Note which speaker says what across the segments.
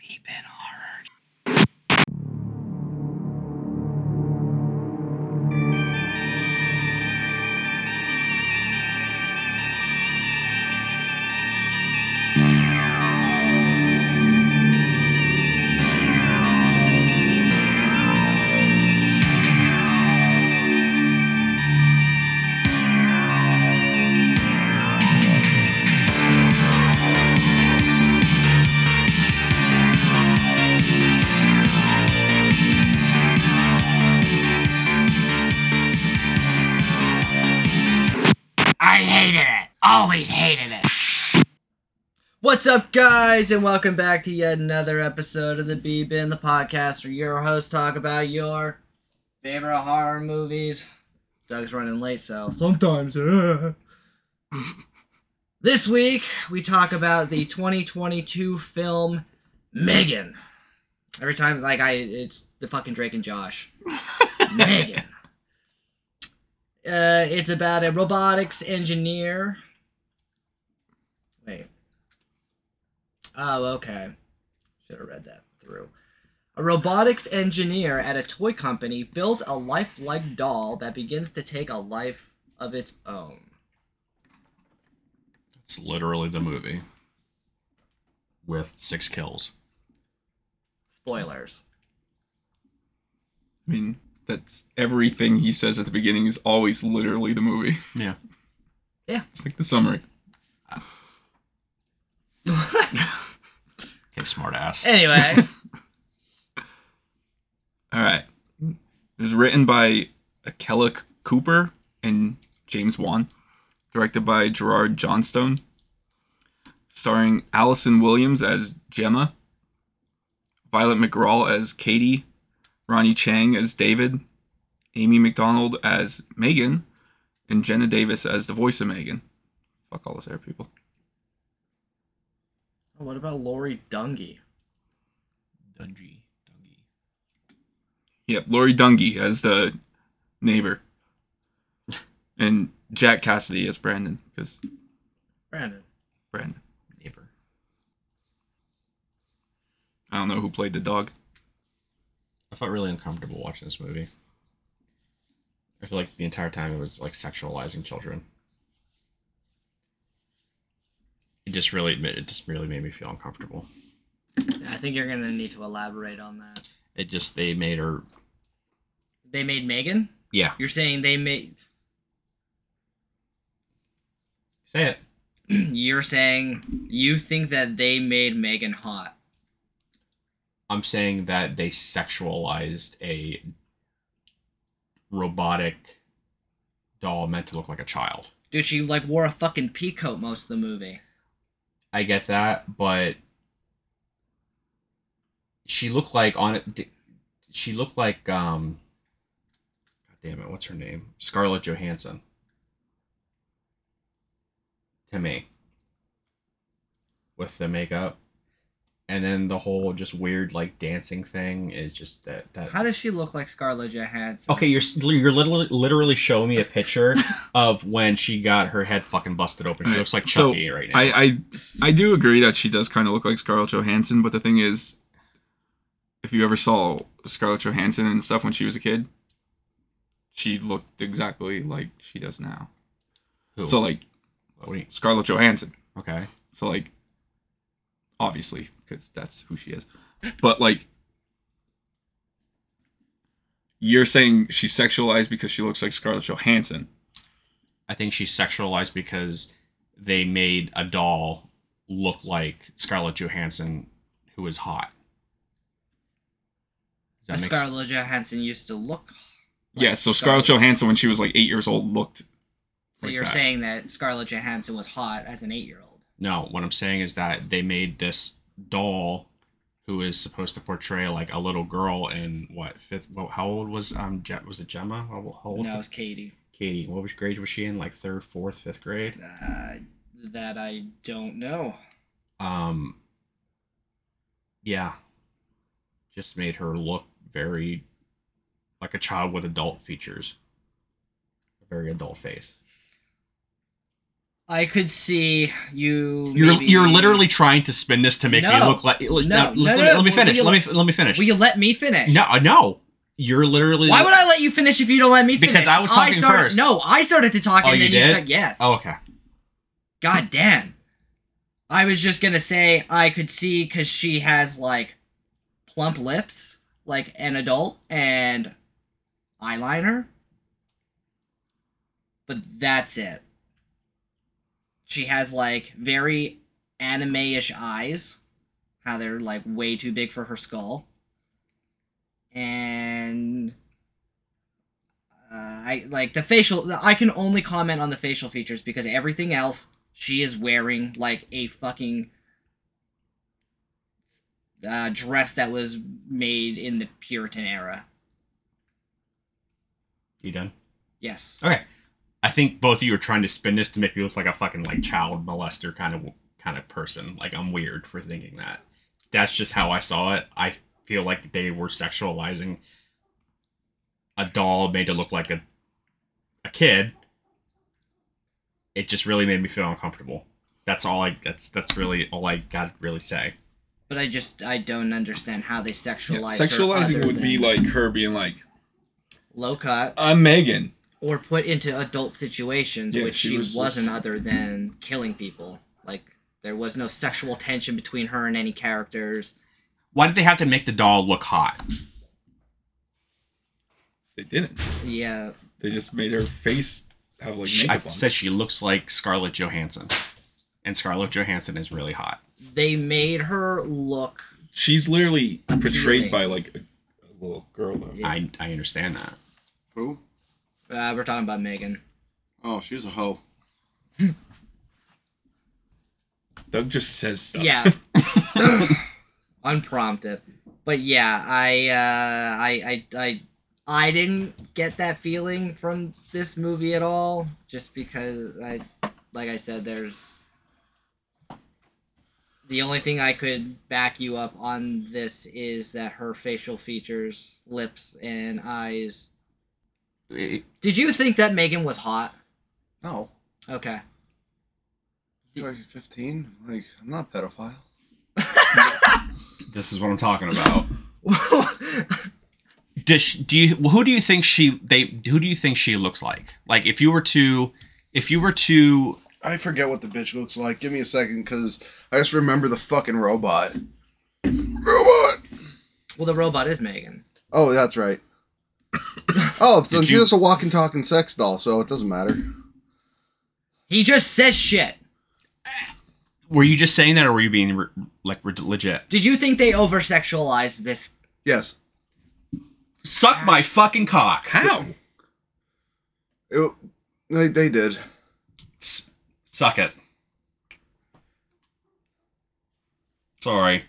Speaker 1: Beepin' horror.
Speaker 2: I hated it. Always hated it.
Speaker 3: What's up, guys, and welcome back to yet another episode of the B Bin, the podcast where your hosts talk about your favorite horror movies. Doug's running late, so sometimes. uh. this week, we talk about the 2022 film Megan. Every time, like, I, it's the fucking Drake and Josh. Megan. Uh, it's about a robotics engineer. Wait. Oh, okay. Should have read that through. A robotics engineer at a toy company builds a lifelike doll that begins to take a life of its own.
Speaker 4: It's literally the movie. With six kills.
Speaker 3: Spoilers.
Speaker 5: I mean, that's everything he says at the beginning is always literally the movie.
Speaker 4: Yeah.
Speaker 5: It's like the summary.
Speaker 4: Okay, smart ass.
Speaker 3: Anyway, Oh,
Speaker 5: All right. It was written by Akella Cooper and James Wan, directed by Gerard Johnstone, starring Allison Williams as Gemma, Violet McGraw as Katie, Ronnie Chang as David, Amy McDonald as Megan, and Jenna Davis as the voice of Megan. Fuck all those hair people.
Speaker 3: what about Lori Dungy?
Speaker 4: Dungy. Dungy.
Speaker 5: Yep, Lori Dungy as the neighbor, and Jack Cassidy as Brandon because
Speaker 3: Brandon.
Speaker 5: Brandon.
Speaker 4: Neighbor.
Speaker 5: I don't know who played the dog.
Speaker 4: I felt really uncomfortable watching this movie. I feel like the entire time it was like sexualizing children. It just really it just really made me feel uncomfortable.
Speaker 3: I think you're gonna need to elaborate on that.
Speaker 4: It just they made her
Speaker 3: They made Megan.
Speaker 4: Yeah.
Speaker 3: You're saying they made.
Speaker 4: Say it.
Speaker 3: You're saying you think that they made Megan hot.
Speaker 4: I'm saying that they sexualized a robotic doll meant to look like a child.
Speaker 3: Dude, she like wore a fucking peacoat most of the movie.
Speaker 4: I get that, but she looked like on it. d- She looked like um. God damn it! What's her name? Scarlett Johansson. To me. With the makeup, and then the whole just weird like dancing thing is just that that.
Speaker 3: How does she look like Scarlett Johansson?
Speaker 4: Okay, you're s- you're literally literally showing me a picture of when she got her head fucking busted open. She
Speaker 5: Alright,
Speaker 4: looks like
Speaker 5: so
Speaker 4: Chucky right now.
Speaker 5: I, I I do agree that she does kind of look like Scarlett Johansson, but the thing is, if you ever saw Scarlett Johansson and stuff when she was a kid, she looked exactly like she does now.
Speaker 4: Who? Oh,
Speaker 5: So like
Speaker 4: What do you-
Speaker 5: Scarlett Johansson.
Speaker 4: okay,
Speaker 5: So like, obviously, because that's who she is. But like, you're saying she's sexualized because she looks like Scarlett Johansson.
Speaker 4: I think she's sexualized because they made a doll look like Scarlett Johansson, who is hot. Does that
Speaker 3: But
Speaker 4: make s-
Speaker 3: Scarlett Johansson used to look. like
Speaker 5: yeah. So Scarlett Johansson, when she was like eight years old, looked
Speaker 3: So
Speaker 5: like
Speaker 3: you're
Speaker 5: that.
Speaker 3: saying that Scarlett Johansson was hot as an eight-year-old?
Speaker 4: No, what I'm saying is that they made this doll who is supposed to portray like a little girl in what fifth? Well, how old was um? Je- was it Gemma? How how old?
Speaker 3: No, it's Katie.
Speaker 4: Katie, what was grade was she in? Like third, fourth, fifth grade.
Speaker 3: Uh, that I don't know.
Speaker 4: Um. Yeah. just made her look very like a child with adult features, a very adult face.
Speaker 3: I could see you.
Speaker 4: You're
Speaker 3: maybe-
Speaker 4: you're literally trying to spin this to make me
Speaker 3: No.
Speaker 4: look like. No,
Speaker 3: No,
Speaker 4: let,
Speaker 3: no, no,
Speaker 4: let,
Speaker 3: no.
Speaker 4: me- let me
Speaker 3: Will
Speaker 4: finish.
Speaker 3: you
Speaker 4: Let me let me finish.
Speaker 3: Will you let me finish?
Speaker 4: No, uh, no. You're literally.
Speaker 3: Why would I let you finish if you don't let me finish?
Speaker 4: Because I was talking
Speaker 3: started,
Speaker 4: first.
Speaker 3: No, I started to talk
Speaker 4: Oh,
Speaker 3: and
Speaker 4: you
Speaker 3: then you
Speaker 4: did?
Speaker 3: said yes.
Speaker 4: Oh, okay.
Speaker 3: God damn. I was just gonna say I could see because she has like plump lips, like an adult, and eyeliner. But that's it. She has like very anime ish eyes, how they're like way too big for her skull. And. Uh, I like the facial. I can only comment on the facial features because everything else she is wearing like a fucking uh, dress that was made in the Puritan era.
Speaker 4: You done?
Speaker 3: Yes.
Speaker 4: Okay. I think both of you are trying to spin this to make me look like a fucking like child molester kind of kind of person. Like I'm weird for thinking that. That's just how I saw it. I feel like they were sexualizing a doll made to look like a a kid. It just really made me feel uncomfortable. That's all I that's that's really all I got to really say.
Speaker 3: But I just I don't understand how they
Speaker 5: Yeah,
Speaker 3: sexualize. her
Speaker 5: sexualizing
Speaker 3: other
Speaker 5: would be
Speaker 3: than
Speaker 5: like her being like,
Speaker 3: low cut
Speaker 5: "I'm Megan."
Speaker 3: or put into adult situations,
Speaker 5: Yeah,
Speaker 3: which
Speaker 5: she
Speaker 3: she,
Speaker 5: was
Speaker 3: was not
Speaker 5: just-
Speaker 3: other than killing people. Like there was no sexual tension between her and any characters.
Speaker 4: Why did they have to make the doll look hot?
Speaker 5: They didn't.
Speaker 3: Yeah,
Speaker 5: They just made her face have like
Speaker 4: She, I
Speaker 5: makeup on.
Speaker 4: said she looks like Scarlett Johansson. And Scarlett Johansson is really hot.
Speaker 3: they made her look
Speaker 5: She's literally
Speaker 3: Appealing.
Speaker 5: portrayed by like a, a little girl though.
Speaker 3: Yeah.
Speaker 4: I I understand that.
Speaker 6: Who?
Speaker 3: Uh, we're talking about Megan.
Speaker 6: Oh, she's a hoe.
Speaker 5: Doug just says stuff.
Speaker 3: Yeah. Unprompted. But yeah, I uh I I I I didn't get that feeling from this movie at all just because I like I said there's the only thing I could back you up on this is that her facial features, lips and eyes.
Speaker 4: It-
Speaker 3: Did you think that Megan was hot?
Speaker 6: No.
Speaker 3: Okay.
Speaker 6: You're 15? Like, I'm not a pedophile.
Speaker 4: this is what I'm talking about. Does she, do you who do you think she they who do you think she looks like? Like if you were to if you were to
Speaker 6: I forget what the bitch looks like. Give me a second, because I just remember the fucking robot. Robot!
Speaker 3: well, the robot is Megan.
Speaker 6: Oh, that's right. oh, so
Speaker 4: Did
Speaker 6: she's
Speaker 4: you-
Speaker 6: just a walking, talking sex doll, so it doesn't matter.
Speaker 3: He just says shit.
Speaker 4: were you just saying that or were you being re, like re, legit?
Speaker 3: Did you think they over sexualized this?
Speaker 6: Yes.
Speaker 4: Suck my fucking cock.
Speaker 5: How?
Speaker 6: It, they, they did.
Speaker 4: S- Suck it. Sorry.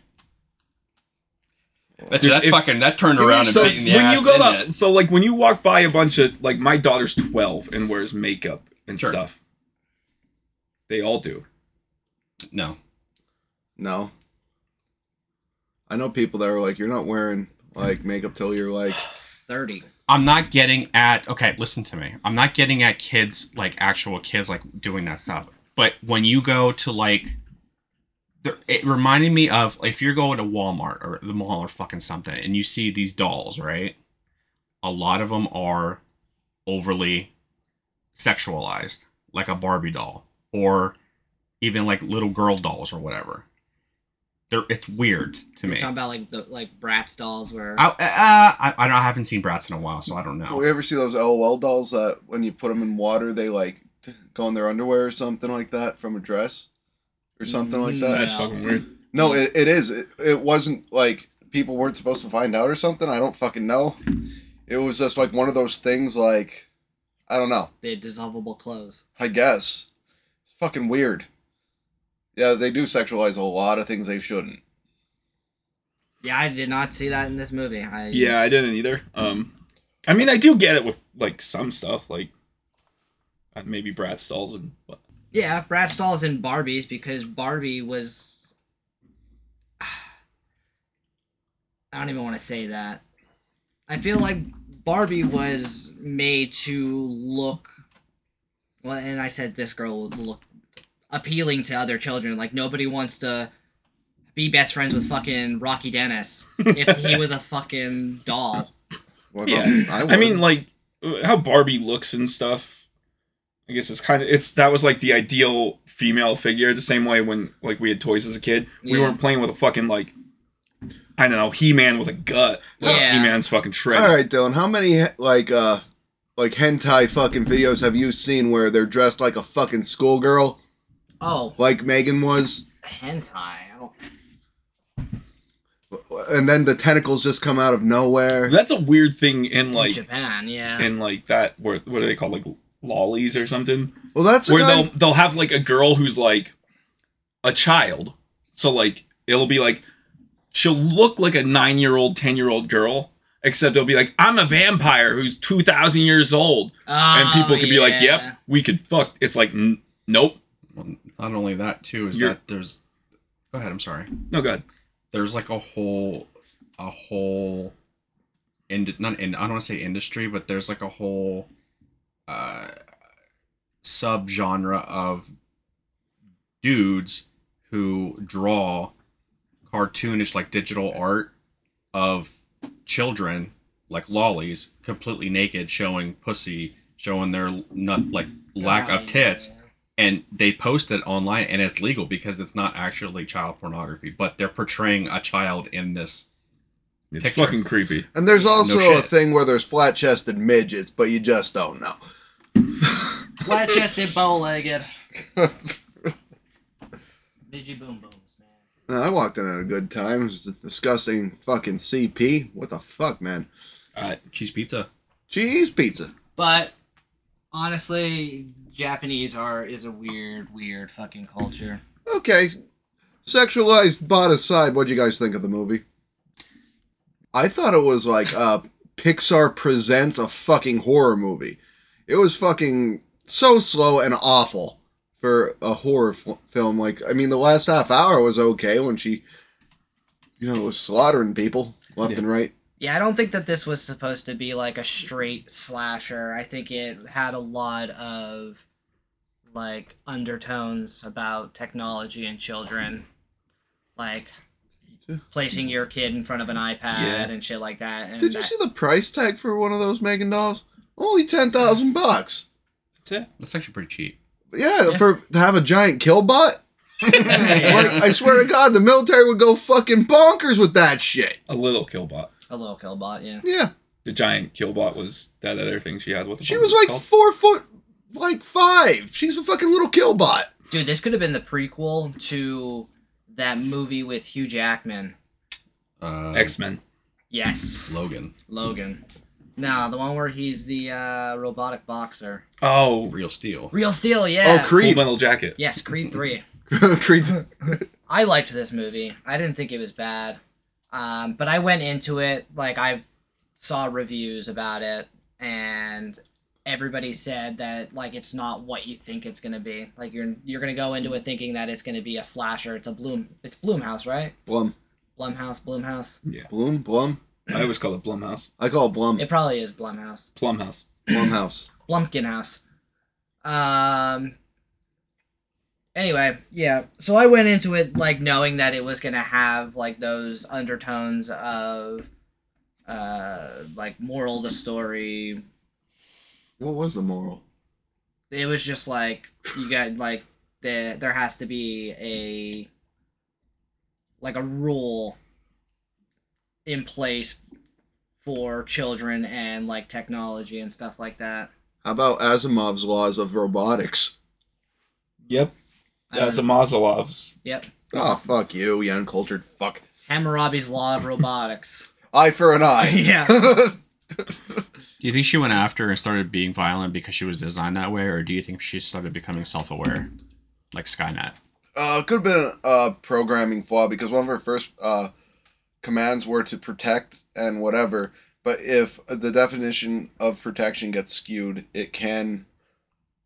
Speaker 4: That,
Speaker 5: Dude,
Speaker 4: that
Speaker 5: if-
Speaker 4: fucking that turned around and
Speaker 5: So
Speaker 4: beat in the
Speaker 5: when
Speaker 4: ass.
Speaker 5: you go
Speaker 4: didn't
Speaker 5: to,
Speaker 4: it?
Speaker 5: so like when you walk by a bunch of like my daughter's twelve and wears makeup and
Speaker 4: Sure.
Speaker 5: stuff, they all do.
Speaker 4: no,
Speaker 6: No. I know people that are like, you're not wearing like makeup till you're like,
Speaker 3: 30.
Speaker 4: I'm not getting at okay, listen to me. I'm not getting at kids like actual kids like doing that stuff. But when you go to like there- it reminded me of if you're going to Walmart or the mall or fucking something and you see these dolls, right? A lot of them are overly sexualized, like a Barbie doll or even like little girl dolls or whatever. They're, it's weird to me.
Speaker 3: Talking about like the like Bratz dolls where
Speaker 4: I, uh, I, I don't- I haven't seen Bratz in a while, so I don't know.
Speaker 6: well, you ever see those LOL dolls that when you put them in water, they like t- go in their underwear or something like that from a dress or something like that?
Speaker 5: That's
Speaker 3: Yeah.
Speaker 5: fucking weird.
Speaker 6: No, it, it is. It, it wasn't like people weren't supposed to find out or something. I don't fucking know. It was just like one of those things, like, I don't know.
Speaker 3: they had dissolvable clothes.
Speaker 6: I guess. It's fucking weird. Yeah, they do sexualize a lot of things they shouldn't.
Speaker 3: Yeah, I did not see that in this movie. I
Speaker 5: Yeah, I didn't either. Um, I mean, I do get it with like some stuff, like uh, maybe Brad Stalls and what.
Speaker 3: Yeah, Bratz dolls and Barbies because Barbie was I don't even want to say that. I feel like Barbie was made to look. Well, and I said this girl would look appealing to other children. Like nobody wants to be best friends with fucking Rocky Dennis if he was a fucking doll.
Speaker 6: Well,
Speaker 5: Yeah.
Speaker 6: I,
Speaker 5: I mean, like
Speaker 6: would.
Speaker 5: how Barbie looks and stuff. I guess it's kind of it's that was like the ideal female figure. The same way when like we had toys as a kid, we
Speaker 3: Yeah.
Speaker 5: weren't playing with a fucking like I don't know He Man with a gut. Like,
Speaker 3: Yeah.
Speaker 5: He Man's fucking shredded.
Speaker 6: all right, Dylan. How many like uh like hentai fucking videos have you seen where they're dressed like a fucking schoolgirl,
Speaker 3: Oh,
Speaker 6: like Megan was,
Speaker 3: hentai. I don't.
Speaker 6: and then the tentacles just come out of nowhere?
Speaker 5: That's a weird thing in like
Speaker 3: Japan, yeah.
Speaker 5: in like that. Where, what are they called? Like lollies or something.
Speaker 6: well, that's
Speaker 5: where
Speaker 6: another-
Speaker 5: they'll they'll have like a girl who's like a child. So like it'll be like she'll look like a nine year old, ten year old girl, except it'll be like I'm a vampire who's two thousand years old, and
Speaker 3: Oh,
Speaker 5: people could be like,
Speaker 3: yeah.
Speaker 5: "Yep, we could fuck." It's like, n- nope,
Speaker 4: Well, not only that too is
Speaker 5: You're-
Speaker 4: that there's. Go ahead. I'm sorry.
Speaker 5: no good.
Speaker 4: There's like a whole, a whole, ind- not in I don't want to say industry, but there's like a whole, uh, subgenre of dudes who draw cartoonish like digital art of children like lollies completely naked showing pussy showing their nut like lack of tits and they post it online and it's legal because it's not actually child pornography but they're portraying a child in this
Speaker 5: It's
Speaker 4: Picture.
Speaker 5: fucking creepy.
Speaker 6: and there's also a
Speaker 4: shit.
Speaker 6: thing where there's flat chested midgets, but you just don't know.
Speaker 3: Flat chested, bow legged. Digi boom booms, man.
Speaker 6: Now, Uh, I walked in at a good time. It was discussing fucking CP. What the fuck, man?
Speaker 5: Uh,
Speaker 4: cheese pizza
Speaker 6: Cheese pizza.
Speaker 3: But honestly, Japanese are is a weird, weird fucking culture.
Speaker 6: Okay. Sexualized bot aside, what do you guys think of the movie? I thought it was like uh Pixar presents a fucking horror movie. It was fucking so slow and awful for a horror f- film. Like, I mean, the last half hour was okay when she, you know, was slaughtering people left and right.
Speaker 3: Yeah, I don't think that this was supposed to be like a straight slasher. I think it had a lot of like undertones about technology and children. Like placing your kid in front of an iPad
Speaker 5: Yeah.
Speaker 3: and shit like that. And
Speaker 6: Did you
Speaker 3: that-
Speaker 6: see the price tag for one of those Megan dolls? Only ten thousand bucks.
Speaker 5: that's it.
Speaker 4: that's actually pretty cheap
Speaker 6: Yeah,
Speaker 3: Yeah.
Speaker 6: for to have a giant kill bot. Like, I swear to God, the military would go fucking bonkers with that shit.
Speaker 5: A little killbot.
Speaker 3: a little killbot, yeah.
Speaker 6: Yeah,
Speaker 5: The giant killbot was that other thing she had. What the
Speaker 6: she
Speaker 5: fuck
Speaker 6: was
Speaker 5: it
Speaker 6: like
Speaker 5: called?
Speaker 6: four foot, like five. She's a fucking little kill bot.
Speaker 3: Dude, this could have been the prequel to that movie with Hugh Jackman.
Speaker 4: uh
Speaker 5: X Men.
Speaker 3: Yes,
Speaker 4: logan
Speaker 3: Logan. No, the one where he's the uh, robotic boxer.
Speaker 5: Oh,
Speaker 4: real steel
Speaker 3: Real Steel, yeah.
Speaker 6: Oh,
Speaker 5: Full
Speaker 6: Creed,
Speaker 5: Metal Jacket.
Speaker 3: Yes, Creed 3.
Speaker 6: Creed.
Speaker 3: I liked this movie. I didn't think it was bad. Um, but I went into it, like, I saw reviews about it, and everybody said that, like, it's not what you think it's going to be. Like, you're you're going to go into it thinking that it's going to be a slasher. It's a Bloom. It's Bloomhouse, right?
Speaker 6: Blum,
Speaker 3: Blumhouse, Bloomhouse.
Speaker 6: Blum, Blum.
Speaker 5: I always call it Blumhouse.
Speaker 6: I call it Blum.
Speaker 3: It probably is Blumhouse.
Speaker 5: Plumhouse.
Speaker 6: Blumhouse.
Speaker 3: Blumpkin House. Um. Anyway, yeah. So I went into it like knowing that it was gonna have like those undertones of, uh, like moral of the story.
Speaker 6: What was the moral?
Speaker 3: It was just like you got like the there has to be a like a rule in place for children and like technology and stuff like that.
Speaker 6: How about Asimov's laws of robotics?
Speaker 5: Yep.
Speaker 3: I don't
Speaker 5: That's a Mazalov's.
Speaker 3: Yep.
Speaker 6: Oh fuck you, you uncultured fuck.
Speaker 3: Hammurabi's Law of Robotics.
Speaker 6: Eye for an eye.
Speaker 3: Yeah.
Speaker 4: do you think she went after and started being violent because she was designed that way or do you think she started becoming self-aware like skynet
Speaker 6: Uh, it could have been a uh, programming flaw because one of her first uh, commands were to protect and whatever. But if the definition of protection gets skewed, it can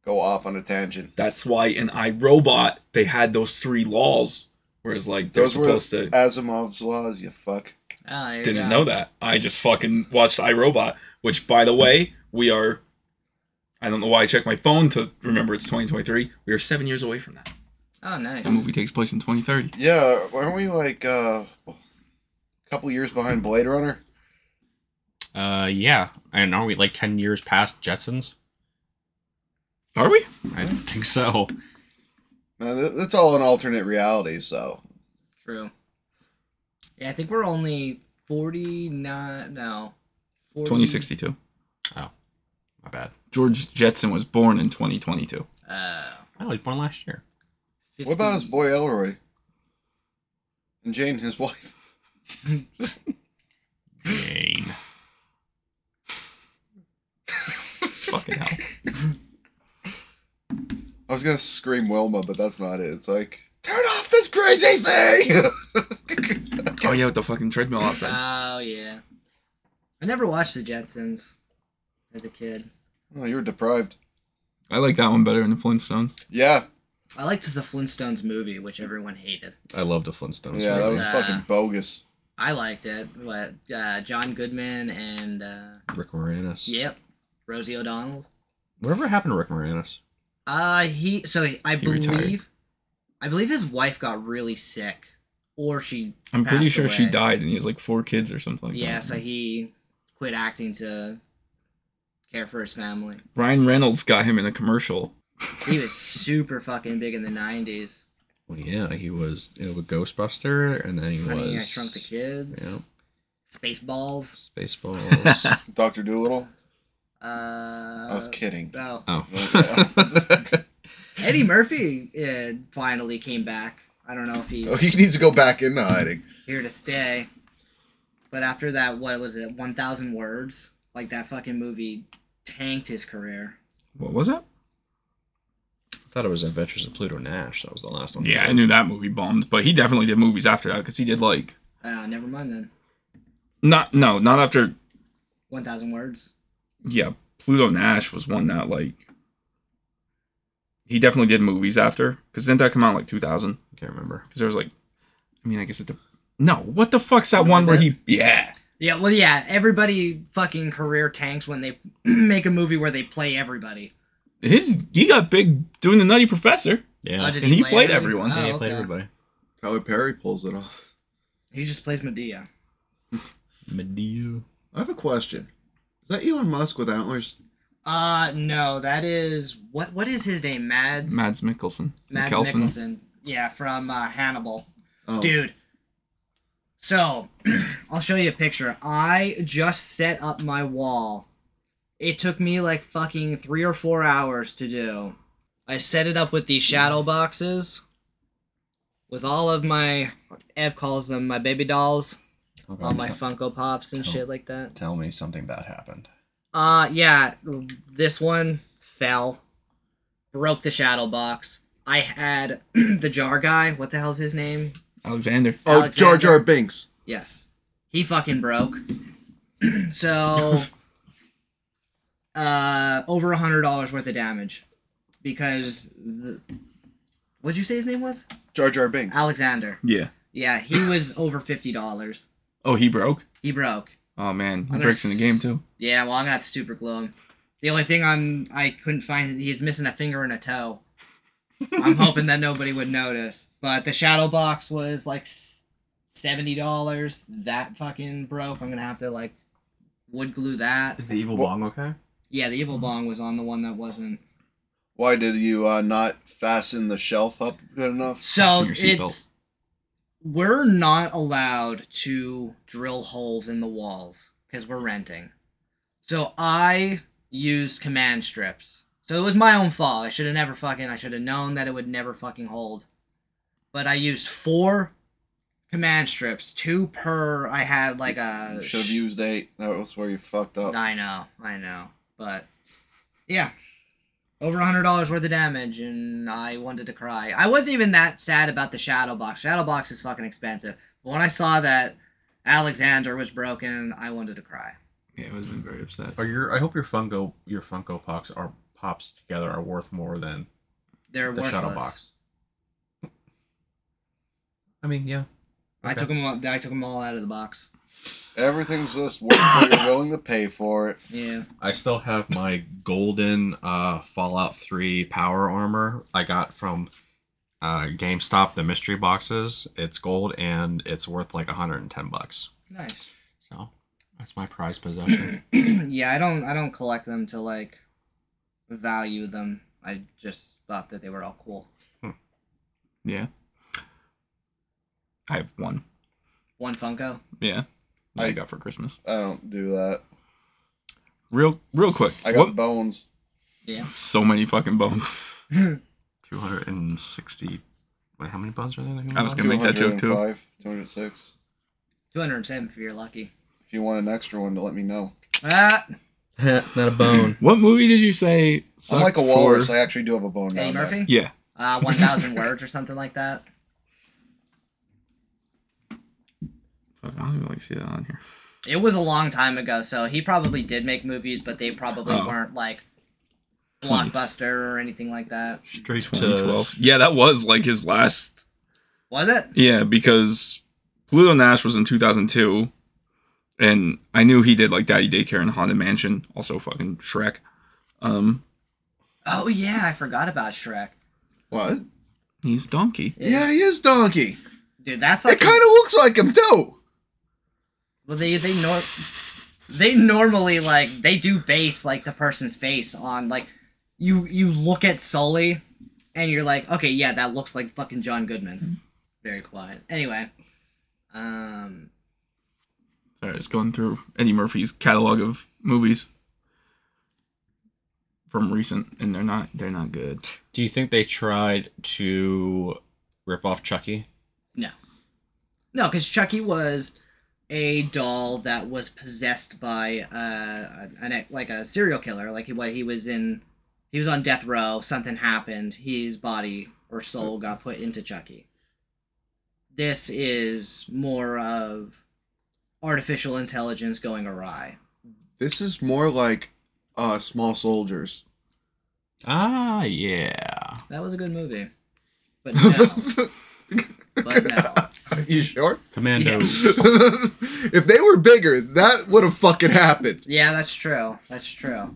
Speaker 6: go off on a tangent.
Speaker 5: That's why in iRobot they had those three laws
Speaker 7: Whereas like they're
Speaker 6: Those were
Speaker 7: supposed to
Speaker 6: Asimov's laws, you fuck.
Speaker 3: Ah, there you
Speaker 7: didn't
Speaker 3: go.
Speaker 7: know that. I just fucking watched iRobot, which by the way, we are I don't know why I checked my phone to remember it's 2023. We are 7 years away from that.
Speaker 3: Oh, nice.
Speaker 5: The movie takes place in 2030.
Speaker 6: Yeah, aren't we like uh, a couple years behind Blade Runner?
Speaker 8: Uh, yeah. And are we like ten years past Jetsons?
Speaker 5: Are we?
Speaker 8: I don't think so.
Speaker 6: No, th- that's all an alternate reality, so.
Speaker 3: True. Yeah, I think we're only 49. No. 40,
Speaker 5: 2062.
Speaker 8: My bad.
Speaker 5: George Jetson was born in 2022.
Speaker 3: Uh,
Speaker 8: Oh, he was born last year.
Speaker 3: 50,
Speaker 6: What about his boy Elroy? And Jane, his wife.
Speaker 8: Jane.
Speaker 5: Fucking hell.
Speaker 6: I was gonna scream Wilma, but that's not it. It's like, turn off this crazy thing!
Speaker 5: Oh yeah, with the fucking treadmill outside.
Speaker 3: Oh, yeah. I never watched The Jetsons as a kid.
Speaker 6: oh, you were deprived.
Speaker 5: I like that one better than the Flintstones.
Speaker 6: Yeah,
Speaker 3: I liked the Flintstones movie, which everyone hated.
Speaker 8: I love the Flintstones.
Speaker 6: yeah, that was
Speaker 3: Nah.
Speaker 6: fucking bogus.
Speaker 3: I liked it. What uh, John Goodman and uh,
Speaker 8: Rick Moranis.
Speaker 3: yep, Rosie O'Donnell.
Speaker 8: Whatever happened to Rick Moranis?
Speaker 3: Uh, he. So he- I
Speaker 5: He
Speaker 3: believe,
Speaker 5: retired.
Speaker 3: I believe his wife got really sick, or she.
Speaker 5: I'm pretty
Speaker 3: passed
Speaker 5: sure she
Speaker 3: away.
Speaker 5: died, and he has like four kids or something. Like
Speaker 3: Yeah,
Speaker 5: that.
Speaker 3: so he quit acting to care for his family.
Speaker 5: Ryan Reynolds got him in a commercial.
Speaker 3: He was super fucking big in the '90s.
Speaker 8: Well, yeah, he was you know, with Ghostbuster, and then he
Speaker 3: Honey, I
Speaker 8: was.
Speaker 3: Shrunk the Kids.
Speaker 8: Yeah,
Speaker 3: Spaceballs.
Speaker 8: Spaceballs.
Speaker 6: Dr. Doolittle?
Speaker 3: Uh,
Speaker 6: I was kidding.
Speaker 3: oh,
Speaker 4: Uh,
Speaker 8: oh.
Speaker 3: Eddie Murphy uh, finally came back. I don't know if he's
Speaker 6: Oh, he needs to go back into hiding.
Speaker 3: here to stay. But after that, what was it? One thousand words. Like that fucking movie tanked his career.
Speaker 5: What was it?
Speaker 8: thought it was Adventures of Pluto Nash. That was the last one.
Speaker 5: Yeah, I knew that movie bombed, but he definitely did movies after that because he did like
Speaker 3: Uh, never mind then.
Speaker 5: not no not after
Speaker 3: One thousand words.
Speaker 5: yeah Pluto Nash was one that like he definitely did movies after because didn't that come out in, like 2000
Speaker 8: Can't remember.
Speaker 5: because there was like I mean I guess it de- no what the fuck's that one where he yeah
Speaker 3: Yeah, well, yeah. Everybody fucking career tanks when they make a movie where they play everybody.
Speaker 5: his he got big doing the Nutty Professor
Speaker 8: Yeah,
Speaker 3: Oh, did
Speaker 5: and he played
Speaker 3: everybody?
Speaker 5: everyone.
Speaker 3: Oh,
Speaker 8: he
Speaker 3: okay.
Speaker 8: played everybody.
Speaker 6: Tyler Perry pulls it off.
Speaker 3: He just plays Medea.
Speaker 8: Medea.
Speaker 6: I have a question. Is that Elon Musk with antlers?
Speaker 3: Uh, no, that is what? What is his name? Mads.
Speaker 5: Mads Mikkelsen
Speaker 3: Mads
Speaker 5: Mikkelsen.
Speaker 3: Mikkelsen. Yeah, from uh, Hannibal.
Speaker 6: Oh.
Speaker 3: Dude. So, I'll show you a picture. I just set up my wall. It took me like fucking three or four hours to do. I set it up with these shadow boxes. With all of my, Ev calls them my baby dolls. All Oh, my Funko Pops and shit like that.
Speaker 8: Tell me something bad happened.
Speaker 3: Uh, yeah, this one fell, broke the shadow box. I had the jar guy. What the hell's his name?
Speaker 5: Alexander
Speaker 6: Oh,
Speaker 3: Alexander.
Speaker 6: Jar Jar Binks.
Speaker 3: Yes, he fucking broke. so, uh, over a hundred dollars worth of damage because the, what'd you say his name was?
Speaker 6: Jar Jar Binks.
Speaker 3: Alexander.
Speaker 5: yeah
Speaker 3: Yeah, he was over fifty dollars.
Speaker 5: oh he broke
Speaker 3: He broke.
Speaker 5: oh man he
Speaker 8: Mm-hmm.
Speaker 3: I'm
Speaker 5: breaks in
Speaker 3: gonna
Speaker 5: the game too
Speaker 3: Yeah, well, I'm gonna have to super glue him. The only thing I'm I couldn't find he's missing a finger and a toe. I'm hoping that nobody would notice. But the shadow box was like s- seventy dollars. That fucking broke. I'm gonna have to like wood glue that.
Speaker 8: Is the evil
Speaker 6: Well-
Speaker 8: bong okay?
Speaker 3: Yeah, the
Speaker 5: Mm-hmm.
Speaker 3: evil bong was on the one that wasn't.
Speaker 6: Why did you uh, not fasten the shelf up good enough?
Speaker 3: So
Speaker 5: Fasten your seatbelt.
Speaker 3: it's we're not allowed to drill holes in the walls because we're renting. So I used command strips. So it was my own fault. I should have never fucking I should have known that it would never fucking hold. But I used four command strips, two per I had like a
Speaker 6: You should have used eight. That was where you fucked up.
Speaker 3: I know, I know. But yeah. Over a hundred dollars worth of damage and I wanted to cry. I wasn't even that sad about the shadow box. Shadow box is fucking expensive. But when I saw that Alexander was broken, I wanted to cry.
Speaker 5: yeah I was been very upset
Speaker 8: Are your I hope your Funko your Funko Pops are pops together are worth more than
Speaker 3: They're
Speaker 8: the
Speaker 3: worthless.
Speaker 8: shadow box. I mean, yeah.
Speaker 3: I took them. All, I took them all out of the box.
Speaker 6: Everything's just worth what you're willing to pay for it.
Speaker 3: Yeah.
Speaker 4: I still have my golden uh, Fallout 3 power armor I got from uh, GameStop, the mystery boxes. It's gold and it's worth like 110 bucks.
Speaker 3: Nice.
Speaker 4: So that's my prized possession.
Speaker 3: yeah, I don't. I don't collect them to like value them. I just thought that they were all cool.
Speaker 5: Yeah. I have one.
Speaker 3: One Funko.
Speaker 5: Yeah. That I,
Speaker 6: I-
Speaker 5: got for Christmas.
Speaker 6: I don't do that.
Speaker 5: Real real quick.
Speaker 6: I got
Speaker 5: what-
Speaker 6: bones.
Speaker 5: so many fucking bones.
Speaker 4: 260. Wait, how many bucks are there?
Speaker 5: I was gonna make that joke too.
Speaker 6: 205, 206.
Speaker 3: Two hundred seven if you're lucky.
Speaker 6: If you want an extra one, let me know.
Speaker 3: Ah,
Speaker 8: it's not a bone.
Speaker 5: What movie did you say?
Speaker 6: I'm
Speaker 5: sucked
Speaker 6: like a
Speaker 5: for-
Speaker 6: walrus. I actually do have a bone.
Speaker 3: Eddie
Speaker 6: down there.
Speaker 3: Murphy.
Speaker 5: Yeah.
Speaker 3: Uh, one thousand words or something like that.
Speaker 5: Fuck, I don't even like see that on here.
Speaker 3: It was a long time ago, so he probably did make movies, but they probably
Speaker 5: Oh.
Speaker 3: weren't like
Speaker 6: Hmm.
Speaker 3: blockbuster or anything like that.
Speaker 4: Straight to
Speaker 5: 2012. Yeah, that was like his last.
Speaker 3: Was it?
Speaker 5: Yeah, because Pluto Nash was in 2002, and I knew he did like Daddy Daycare and Haunted Mansion, also fucking Shrek. Um,
Speaker 3: Oh yeah, I forgot about Shrek.
Speaker 6: What?
Speaker 5: he's Donkey.
Speaker 6: Yeah, he is donkey.
Speaker 3: Dude, that fucking.
Speaker 6: It kind of looks like him too.
Speaker 3: Well, they they nor they normally like they do base like the person's face on like you you look at Sully and you're like, okay, yeah, that looks like fucking John Goodman. Very quiet. Anyway, um,
Speaker 5: All right, it's going through Eddie Murphy's catalog of movies from recent, and they're not they're not good.
Speaker 4: Do you think they tried to rip off Chucky?
Speaker 3: no, because Chucky was a doll that was possessed by uh an like a serial killer. Like he what he was in, he was on death row. Something happened. His body or soul got put into Chucky. this is more of artificial intelligence going awry.
Speaker 6: This is more like uh, Small Soldiers.
Speaker 4: Ah, yeah.
Speaker 3: That was a good movie. But no. but no.
Speaker 6: Are you sure?
Speaker 8: Commando.
Speaker 6: if they were bigger, that would have fucking happened.
Speaker 3: Yeah, that's true. That's true.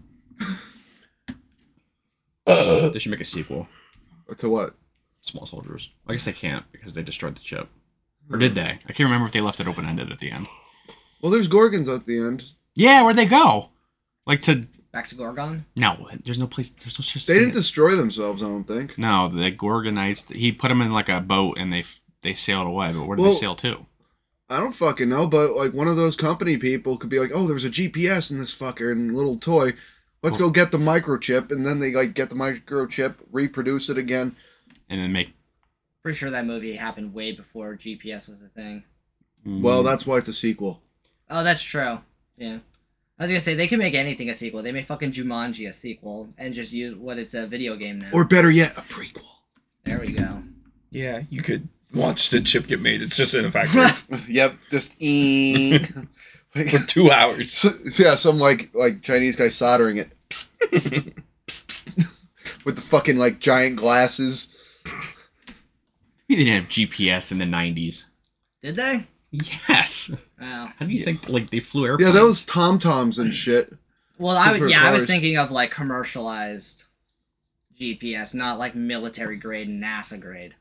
Speaker 4: They should make a sequel.
Speaker 6: To what?
Speaker 4: Small Soldiers. I guess they can't because they destroyed the chip. Or
Speaker 6: Hmm.
Speaker 4: did they? I can't remember if they left it open ended at the end.
Speaker 6: Well, there's Gorgons at the end.
Speaker 4: Yeah, where'd they go? Like to
Speaker 3: Back to Gorgon.
Speaker 4: no, there's no place. There's no such
Speaker 6: They
Speaker 4: thing
Speaker 6: didn't
Speaker 4: as-
Speaker 6: destroy themselves, I don't think.
Speaker 4: No, the Gorgonites. He put them in like a boat and they f- they sailed away. But where did
Speaker 6: Well-
Speaker 4: they sail to?
Speaker 6: I don't fucking know, but like one of those company people could be like, "Oh, there's a GPS in this fucker and little toy. Let's go get the microchip." And then they like get the microchip, reproduce it again.
Speaker 4: And then make.
Speaker 3: Pretty sure that movie happened way before GPS was a thing.
Speaker 4: mm,
Speaker 6: Well, that's why it's a sequel.
Speaker 3: Oh, that's true. Yeah. I was gonna say they can make anything a sequel. They make fucking Jumanji a sequel and just use what it's a video game now.
Speaker 6: Or better yet, a prequel.
Speaker 3: there we go.
Speaker 7: Yeah, you could watch the chip get made. It's just in a factory
Speaker 6: yep, just eek.
Speaker 7: for two hours.
Speaker 6: So- so yeah, some like like Chinese guy soldering it with the fucking like giant glasses.
Speaker 8: We didn't have GPS in the 90s.
Speaker 3: Did they?
Speaker 8: Yes.
Speaker 3: Oh.
Speaker 8: How do you think like they flew airplanes?
Speaker 6: Yeah, those tom toms and shit.
Speaker 3: Well, I
Speaker 6: Super
Speaker 3: would, yeah, I was
Speaker 6: cars.
Speaker 3: thinking of like commercialized GPS, not like military grade and NASA grade.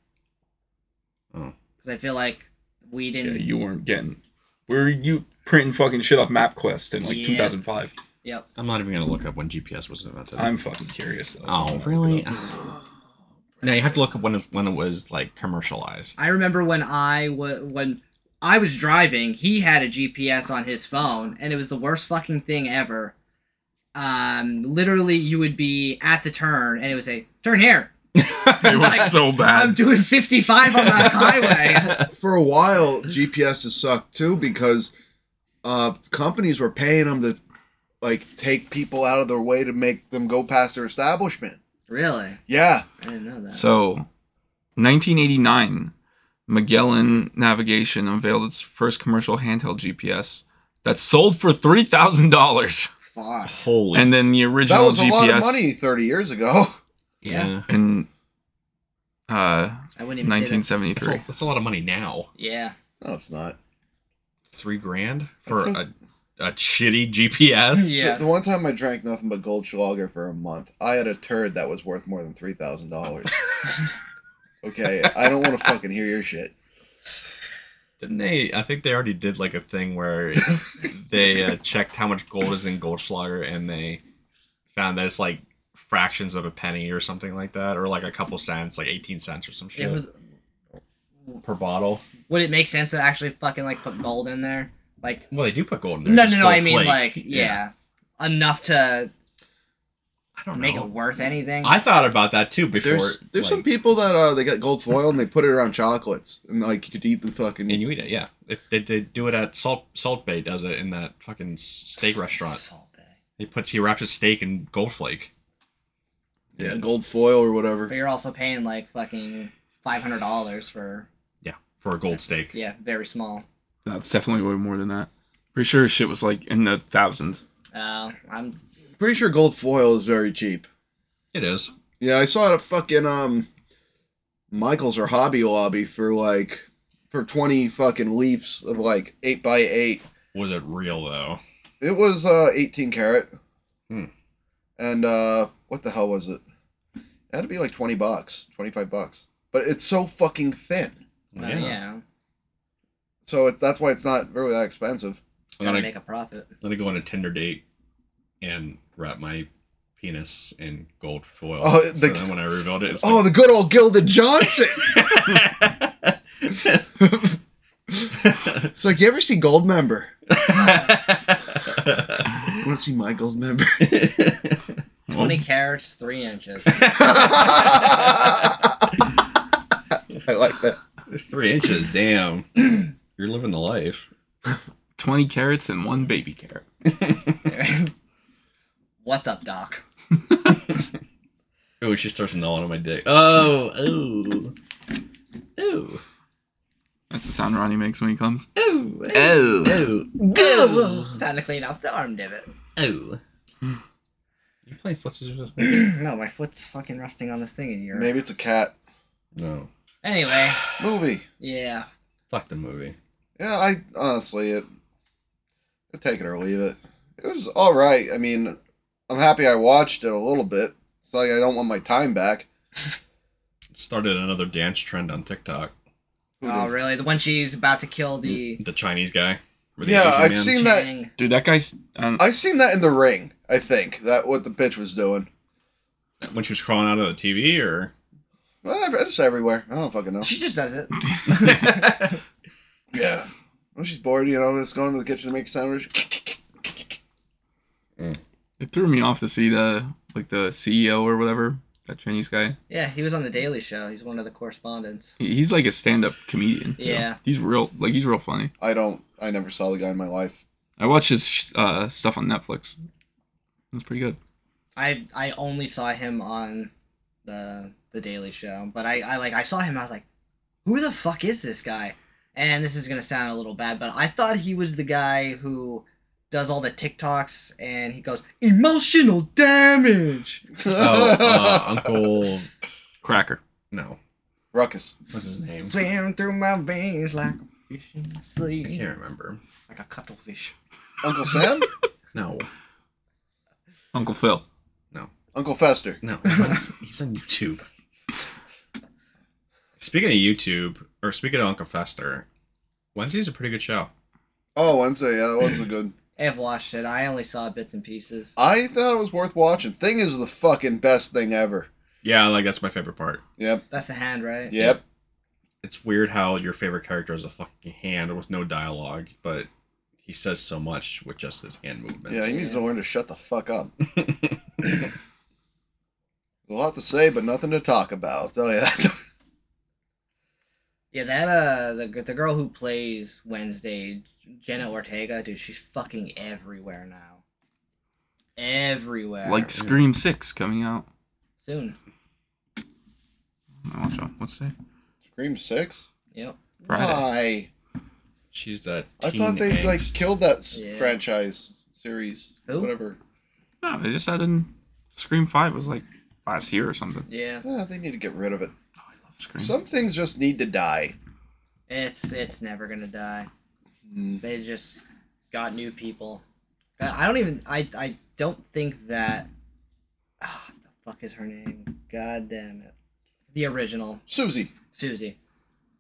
Speaker 8: Oh.
Speaker 3: Because I feel like we
Speaker 7: Yeah,
Speaker 3: didn't.
Speaker 7: you weren't getting. Were you printing fucking shit off MapQuest in like
Speaker 3: Yeah.
Speaker 7: 2005?
Speaker 3: Yep.
Speaker 8: I'm not even gonna look up when GPS was invented.
Speaker 7: I'm fucking curious. Though, so I'm
Speaker 8: oh,
Speaker 7: gonna
Speaker 8: really?
Speaker 7: look it up.
Speaker 8: no, you have to look up when it, when it was like commercialized.
Speaker 3: I remember when I was when I was driving, he had a GPS on his phone, and it was the worst fucking thing ever. Um, literally, you would be at the turn, and it would say, "Turn here."
Speaker 5: It was so
Speaker 4: Um,
Speaker 3: I'm
Speaker 5: bad.
Speaker 3: doing 55 on that highway.
Speaker 6: For a while, GPS has sucked too because uh, companies were paying them to like take people out of their way to make them go past their establishment.
Speaker 3: really?
Speaker 6: Yeah,
Speaker 3: I didn't know that.
Speaker 5: So, 1989, Magellan Navigation unveiled its first commercial handheld GPS that sold for three thousand dollars,
Speaker 3: Fuck.
Speaker 8: Holy.
Speaker 5: and then the original
Speaker 6: that was a
Speaker 5: GPS
Speaker 6: lot of money thirty years ago.
Speaker 8: yeah.
Speaker 5: and uh,
Speaker 3: I I wouldn't even say that.
Speaker 5: 1973.
Speaker 8: That's a, that's a lot of money now.
Speaker 3: Yeah.
Speaker 6: No, it's not.
Speaker 8: Three grand for
Speaker 6: That's
Speaker 8: a, a shitty GPS.
Speaker 6: The- The, one time I drank nothing but Goldschlager for a month, I had a turd that was worth more than three thousand dollars. okay, I don't want to fucking hear your shit.
Speaker 4: Didn't they? I think they already did like a thing where they uh, checked how much gold is in Goldschlager, and they found that it's like fractions of a penny or something like that, or like a couple cents, like eighteen cents or some shit
Speaker 3: It would,
Speaker 4: per bottle.
Speaker 3: would it make sense to actually fucking like put gold in there? Like
Speaker 4: Well, they do put gold in there.
Speaker 3: no,
Speaker 4: just
Speaker 3: no, no.
Speaker 4: gold
Speaker 3: I mean
Speaker 4: flake.
Speaker 3: like yeah. enough to
Speaker 4: I don't
Speaker 3: make
Speaker 4: know.
Speaker 3: it worth anything.
Speaker 4: I thought about that too before.
Speaker 6: There's there's some
Speaker 4: like-
Speaker 6: people that uh they got gold foil and they put it around chocolates and like you could eat the fucking.
Speaker 4: and you eat it. Yeah, they, they, they do it at Salt Salt Bay. Does it in that fucking steak restaurant?
Speaker 3: Salt Bay.
Speaker 4: He puts he wraps his steak in gold flake.
Speaker 6: yeah, gold foil or whatever.
Speaker 3: But you're also paying like fucking five hundred dollars for
Speaker 4: Yeah, for a gold steak.
Speaker 3: yeah, very small.
Speaker 5: That's definitely way more than that. Pretty sure shit was like in the thousands.
Speaker 3: Uh, I'm
Speaker 6: Pretty sure gold foil is very cheap.
Speaker 4: It is.
Speaker 6: Yeah, I saw it at fucking um Michaels or Hobby Lobby for like for twenty fucking leafs of like eight by eight.
Speaker 4: Was it real though?
Speaker 6: It was uh eighteen carat.
Speaker 4: Hmm.
Speaker 6: And uh what the hell was it? It had to be like twenty bucks, twenty five bucks. But it's so fucking thin.
Speaker 3: uh, yeah.
Speaker 6: So it's that's why it's not really that expensive.
Speaker 4: I'm
Speaker 3: Gotta
Speaker 4: gonna
Speaker 3: make a profit.
Speaker 4: I'm gonna go on a Tinder date and wrap my penis in gold foil.
Speaker 6: Oh,
Speaker 4: so
Speaker 6: the-
Speaker 4: then when I revealed it, it's
Speaker 6: Oh, the good old Gilda Johnson. it's like you ever see Gold Member? I want to see my Gold Member.
Speaker 3: Twenty carats, three inches.
Speaker 6: I like that.
Speaker 4: it's three inches. Damn, you're living the life.
Speaker 5: 20 carrots and one baby carrot.
Speaker 3: What's up, Doc?
Speaker 4: Oh, she starts gnawing on my dick. Oh, oh, oh,
Speaker 5: That's the sound Ronnie makes when he comes.
Speaker 4: oh,
Speaker 5: Oh.
Speaker 4: oh,
Speaker 3: Time to clean off the arm divot.
Speaker 4: oh. You playing footsies with
Speaker 3: no, my foot's fucking resting on this thing in your.
Speaker 6: Maybe it's a cat
Speaker 4: No.
Speaker 3: Anyway,
Speaker 6: movie.
Speaker 3: yeah.
Speaker 4: Fuck the movie.
Speaker 6: Yeah, I honestly it. I take it or leave it. It was all right. I mean, I'm happy I watched it a little bit. It's like I don't want my time back.
Speaker 4: started another dance trend on TikTok.
Speaker 6: Who
Speaker 3: Oh,
Speaker 6: did-
Speaker 3: really? The one she's about to kill the.
Speaker 4: The Chinese guy. or the
Speaker 6: Yeah,
Speaker 4: Asian
Speaker 6: I've
Speaker 4: man.
Speaker 6: seen that.
Speaker 3: Chang.
Speaker 5: Dude, that guy's. Um,
Speaker 6: I've seen that in the ring. I think that what the bitch was doing.
Speaker 4: when she was crawling out of the TV, or
Speaker 6: Well, I've- it's everywhere. I don't fucking know.
Speaker 3: She just does it.
Speaker 6: Yeah. When she's bored, you know, just going to the kitchen to make a sandwich.
Speaker 5: it threw me off to see the like the CEO or whatever that Chinese guy.
Speaker 3: Yeah, he was on the Daily Show. He's one of the correspondents.
Speaker 5: He- He's like a stand-up comedian. too.
Speaker 3: Yeah.
Speaker 5: he's real. Like he's real funny.
Speaker 6: I don't. I never saw the guy in my life.
Speaker 5: I watch his sh- uh, stuff on Netflix. That's pretty good.
Speaker 3: I I only saw him on the the Daily Show, but I I like I saw him. I was like, who the fuck is this guy? And this is gonna sound a little bad, but I thought he was the guy who does all the TikToks and he goes emotional damage.
Speaker 4: oh, uh, Uncle.
Speaker 5: Cracker.
Speaker 4: No,
Speaker 6: Ruckus.
Speaker 4: what's his name?
Speaker 3: Swim through my veins like a fish in the
Speaker 4: I
Speaker 3: sea,
Speaker 4: can't remember.
Speaker 3: like a cuttlefish.
Speaker 6: Uncle Sam?
Speaker 4: No,
Speaker 5: Uncle Phil.
Speaker 6: Uncle Fester.
Speaker 4: no, he's on, he's on YouTube. Speaking of YouTube, or speaking of Uncle Fester, Wednesday's a pretty good show.
Speaker 6: Oh, Wednesday. Yeah, that was a good.
Speaker 3: I've watched it. I only saw bits and pieces.
Speaker 6: I thought it was worth watching. Thing is the fucking best thing ever.
Speaker 4: Yeah, like that's my favorite part.
Speaker 6: Yep.
Speaker 3: That's the hand, right?
Speaker 6: Yep.
Speaker 4: It's weird how your favorite character is a fucking hand with no dialogue, but he says so much with just his hand movements.
Speaker 6: Yeah, he needs to learn to shut the fuck up. a lot to say, but nothing to talk about. I'll tell you that.
Speaker 3: Yeah, that uh, the the girl who plays Wednesday,
Speaker 6: Mm.
Speaker 3: Jenna Ortega, dude, she's fucking everywhere now. Everywhere.
Speaker 5: Like Scream Six coming out.
Speaker 3: soon.
Speaker 5: I watch on what's today?
Speaker 6: Scream Six.
Speaker 3: Yep.
Speaker 5: Friday.
Speaker 6: Why?
Speaker 4: She's that.
Speaker 6: I
Speaker 4: teen
Speaker 6: thought they like
Speaker 4: angst.
Speaker 6: killed that s-
Speaker 3: Yeah.
Speaker 6: franchise series.
Speaker 3: Who?
Speaker 6: Whatever.
Speaker 5: No, they just added in Scream Five was like last year or something.
Speaker 3: Yeah.
Speaker 6: Yeah, they need to get rid of it.
Speaker 5: Oh, I love screen.
Speaker 6: Some things just need to die.
Speaker 3: It's it's never gonna die.
Speaker 6: Mm.
Speaker 3: They just got new people. I I don't even I I don't think that. Ah, what the fuck is her name? God damn it! The original
Speaker 6: Susie.
Speaker 3: Susie.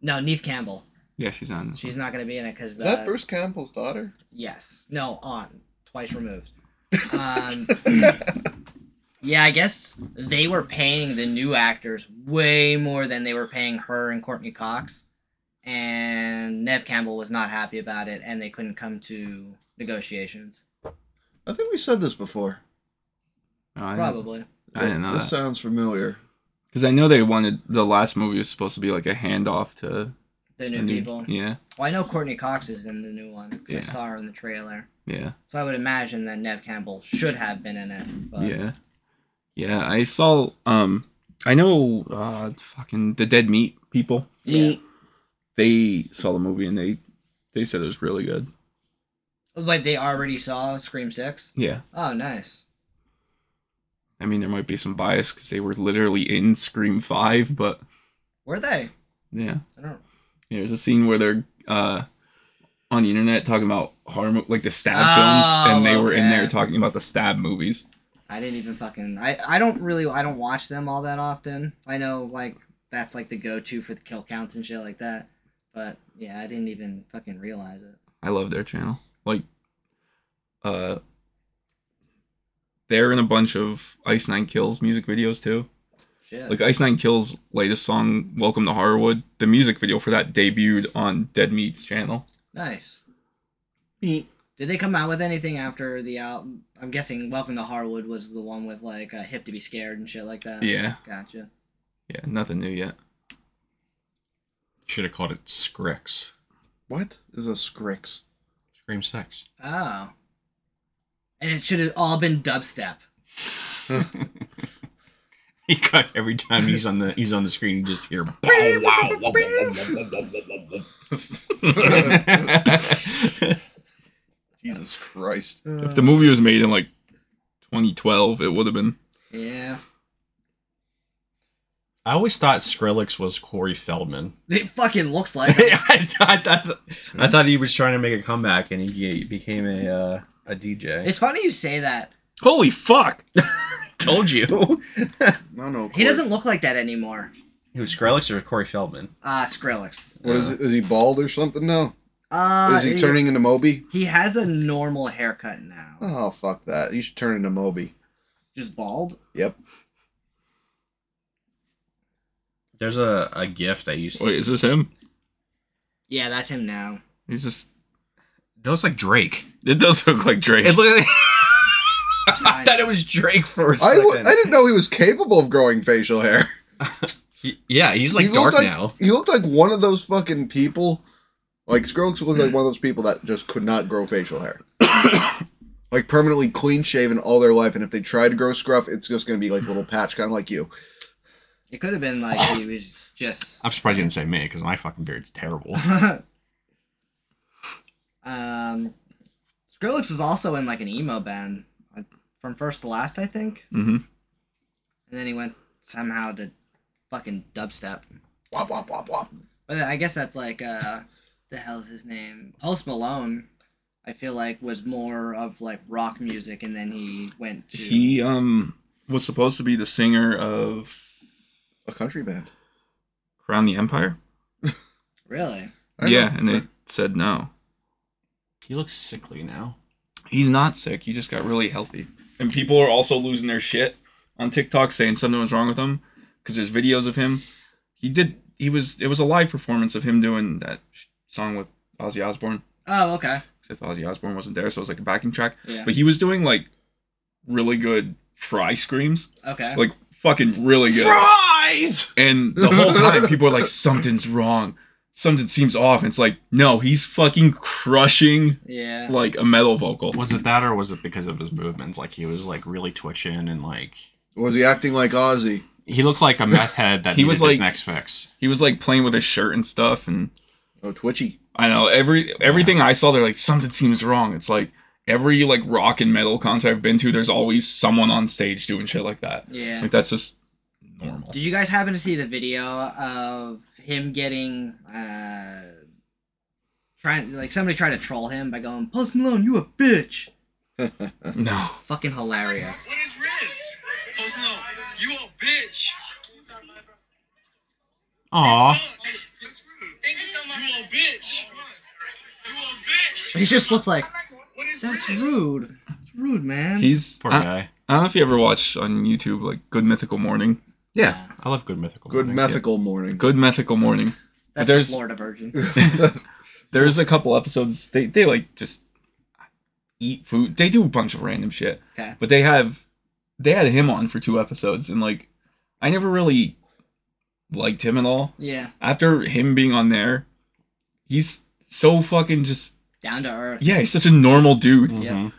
Speaker 3: No, Neve Campbell.
Speaker 5: yeah, she's on.
Speaker 3: She's not gonna be in it because
Speaker 6: Is that Bruce Campbell's daughter?
Speaker 3: Yes. No, on. Twice removed. Um, yeah, I guess they were paying the new actors way more than they were paying her and Courtney Cox. And Nev Campbell was not happy about it, and they couldn't come to negotiations.
Speaker 6: I think we said this before.
Speaker 5: Oh, I didn't-
Speaker 3: Probably.
Speaker 5: I didn't know
Speaker 6: This
Speaker 9: uh,
Speaker 5: that
Speaker 6: sounds familiar.
Speaker 5: because I know they wanted the last movie was supposed to be like a handoff to
Speaker 3: The
Speaker 5: a
Speaker 3: new people.
Speaker 5: Yeah,
Speaker 3: Well, I know Courtney Cox is in the new one 'cause
Speaker 5: Yeah.
Speaker 3: I saw her in the trailer.
Speaker 5: yeah,
Speaker 3: So I would imagine that Nev Campbell should have been in it. But
Speaker 5: yeah, yeah. I saw. Um, I know. Uh, fucking the dead meat people.
Speaker 3: Yeah.
Speaker 5: They saw the movie and they they said it was really good.
Speaker 3: But they already saw Scream 6.
Speaker 5: Yeah,
Speaker 3: Oh, nice.
Speaker 5: I mean there might be some bias because they were literally in Scream Five, but
Speaker 3: Were they?
Speaker 5: yeah.
Speaker 3: I don't
Speaker 5: There's a scene where they're uh, on the internet talking about horror, mo- like the stab
Speaker 3: Oh,
Speaker 5: films, and they were in
Speaker 3: okay.
Speaker 5: there talking about the stab movies.
Speaker 3: I didn't even fucking. I I don't really. I don't watch them all that often. I know like that's like the go to for the kill counts and shit like that. But yeah, I didn't even fucking realize it.
Speaker 5: I love their channel. Like, uh, they're in a bunch of Ice Nine Kills music videos too.
Speaker 3: Shit.
Speaker 5: Like Ice Nine Kills' latest song, "Welcome to Horrorwood," the music video for that debuted on Dead Meat's channel.
Speaker 3: nice. Did they come out with anything after the album? I'm guessing Welcome to Harwood was the one with like uh, Hip to Be Scared and shit like that.
Speaker 5: Yeah,
Speaker 3: Gotcha.
Speaker 5: yeah, nothing new yet.
Speaker 4: Should have called it Scrix.
Speaker 6: What is a Scrix?
Speaker 4: Scream Six.
Speaker 3: Oh. And it should have all been dubstep.
Speaker 4: He cut every time he's on the he's on the screen. You just hear.
Speaker 6: Jesus Christ.
Speaker 5: If the movie was made in like 2012, it would have been.
Speaker 3: Yeah.
Speaker 4: I always thought Skrillex was Corey Feldman.
Speaker 3: It fucking looks like. it.
Speaker 4: I, thought, I, thought, I thought he was trying to make a comeback, and he became a uh, a DJ.
Speaker 3: It's funny you say that.
Speaker 5: Holy fuck!
Speaker 4: Told you.
Speaker 6: No, no.
Speaker 3: He doesn't look like that anymore.
Speaker 4: Who Skrillex or Corey Feldman?
Speaker 3: Uh, Skrillex.
Speaker 6: What is, it? is he bald or something now?
Speaker 3: Uh,
Speaker 6: is he turning into Moby?
Speaker 3: He has a normal haircut now.
Speaker 6: Oh, fuck that. He should turn into Moby.
Speaker 3: Just bald?
Speaker 6: Yep.
Speaker 4: There's a, a gift I used to.
Speaker 5: Wait, is this him?
Speaker 3: Yeah, that's him now.
Speaker 5: He's just.
Speaker 4: That looks like Drake.
Speaker 5: It does look like Drake.
Speaker 4: It looked like- I thought it was Drake for a
Speaker 6: I,
Speaker 4: second.
Speaker 6: w- I didn't know he was capable of growing facial hair.
Speaker 4: He- yeah, he's like
Speaker 6: he
Speaker 4: dark
Speaker 6: looked like,
Speaker 4: now.
Speaker 6: He looked like one of those fucking people. Like Skrillex looked like one of those people that just could not grow facial hair. like permanently clean shaven all their life, and if they try to grow scruff, it's just gonna be like a little patch, kind of like you.
Speaker 3: It could have been like he was just.
Speaker 4: I'm surprised he didn't say me because my fucking beard's terrible.
Speaker 3: um, Skrillex was also in like an emo band uh, from first to last, I think. Mm-hmm. And then he went somehow to fucking dubstep.
Speaker 6: Wop wop wop wop.
Speaker 3: But I guess that's like uh, the hell's his name? Post Malone. I feel like was more of like rock music, and then he went to.
Speaker 5: He um was supposed to be the singer of
Speaker 6: A country band.
Speaker 5: Crown the Empire.
Speaker 3: Really?
Speaker 6: I
Speaker 5: yeah,
Speaker 6: know.
Speaker 5: and they said no.
Speaker 4: he looks sickly now.
Speaker 5: He's not sick. He just got really healthy. And people are also losing their shit on TikTok saying something was wrong with him because there's videos of him. He did. He was. It was a live performance of him doing that sh- song with Ozzy Osbourne.
Speaker 3: Oh, okay.
Speaker 5: Except Ozzy Osbourne wasn't there, so it was like a backing track.
Speaker 3: Yeah.
Speaker 5: But he was doing like really good fry screams,
Speaker 3: Okay.
Speaker 5: like fucking really good.
Speaker 4: Fries.
Speaker 5: And the whole time, people are like, something's wrong. Something seems off. And it's like, no, he's fucking crushing
Speaker 3: yeah.
Speaker 5: like a metal vocal.
Speaker 4: Was it that, or was it because of his movements? Like he was like really twitching and like
Speaker 6: Was he acting like Ozzy?
Speaker 4: he looked like a meth head that
Speaker 5: He
Speaker 4: he
Speaker 5: was
Speaker 4: was his
Speaker 5: like-
Speaker 4: next fix.
Speaker 5: He was like playing with his shirt and stuff. And
Speaker 6: Oh, twitchy.
Speaker 5: I know every everything I saw, they're like, something seems wrong. It's like every like rock and metal concert I've been to, there's always someone on stage doing shit like that.
Speaker 3: Yeah.
Speaker 5: Like that's just
Speaker 7: normal.
Speaker 3: Did you guys happen to see the video of him getting uh trying like somebody tried to troll him by going, Post Malone, you a bitch.
Speaker 7: No.
Speaker 3: Fucking hilarious.
Speaker 10: What is Riz? Post Malone, you a bitch.
Speaker 8: Aw.
Speaker 10: Thank you so much. You a bitch. You a bitch.
Speaker 3: He just looks like
Speaker 10: What is
Speaker 3: that's
Speaker 10: Riz?
Speaker 3: rude. That's rude, man.
Speaker 5: He's
Speaker 4: Poor
Speaker 5: I,
Speaker 4: guy.
Speaker 5: I don't know if you ever watched on YouTube like Good Mythical Morning.
Speaker 4: Yeah, I love Good Mythical.
Speaker 6: Good
Speaker 4: Morning.
Speaker 6: mythical morning.
Speaker 5: Good Mythical Morning.
Speaker 3: That's
Speaker 5: there's-
Speaker 3: the Florida virgin.
Speaker 5: There's a couple episodes they they like just eat food. They do a bunch of random shit.
Speaker 3: Okay.
Speaker 5: But they have they had him on for two episodes and like I never really liked him at all.
Speaker 3: Yeah.
Speaker 5: After him being on there, he's so fucking just
Speaker 3: Down to earth.
Speaker 5: yeah, he's such a normal dude.
Speaker 3: Yeah.
Speaker 8: Mhm.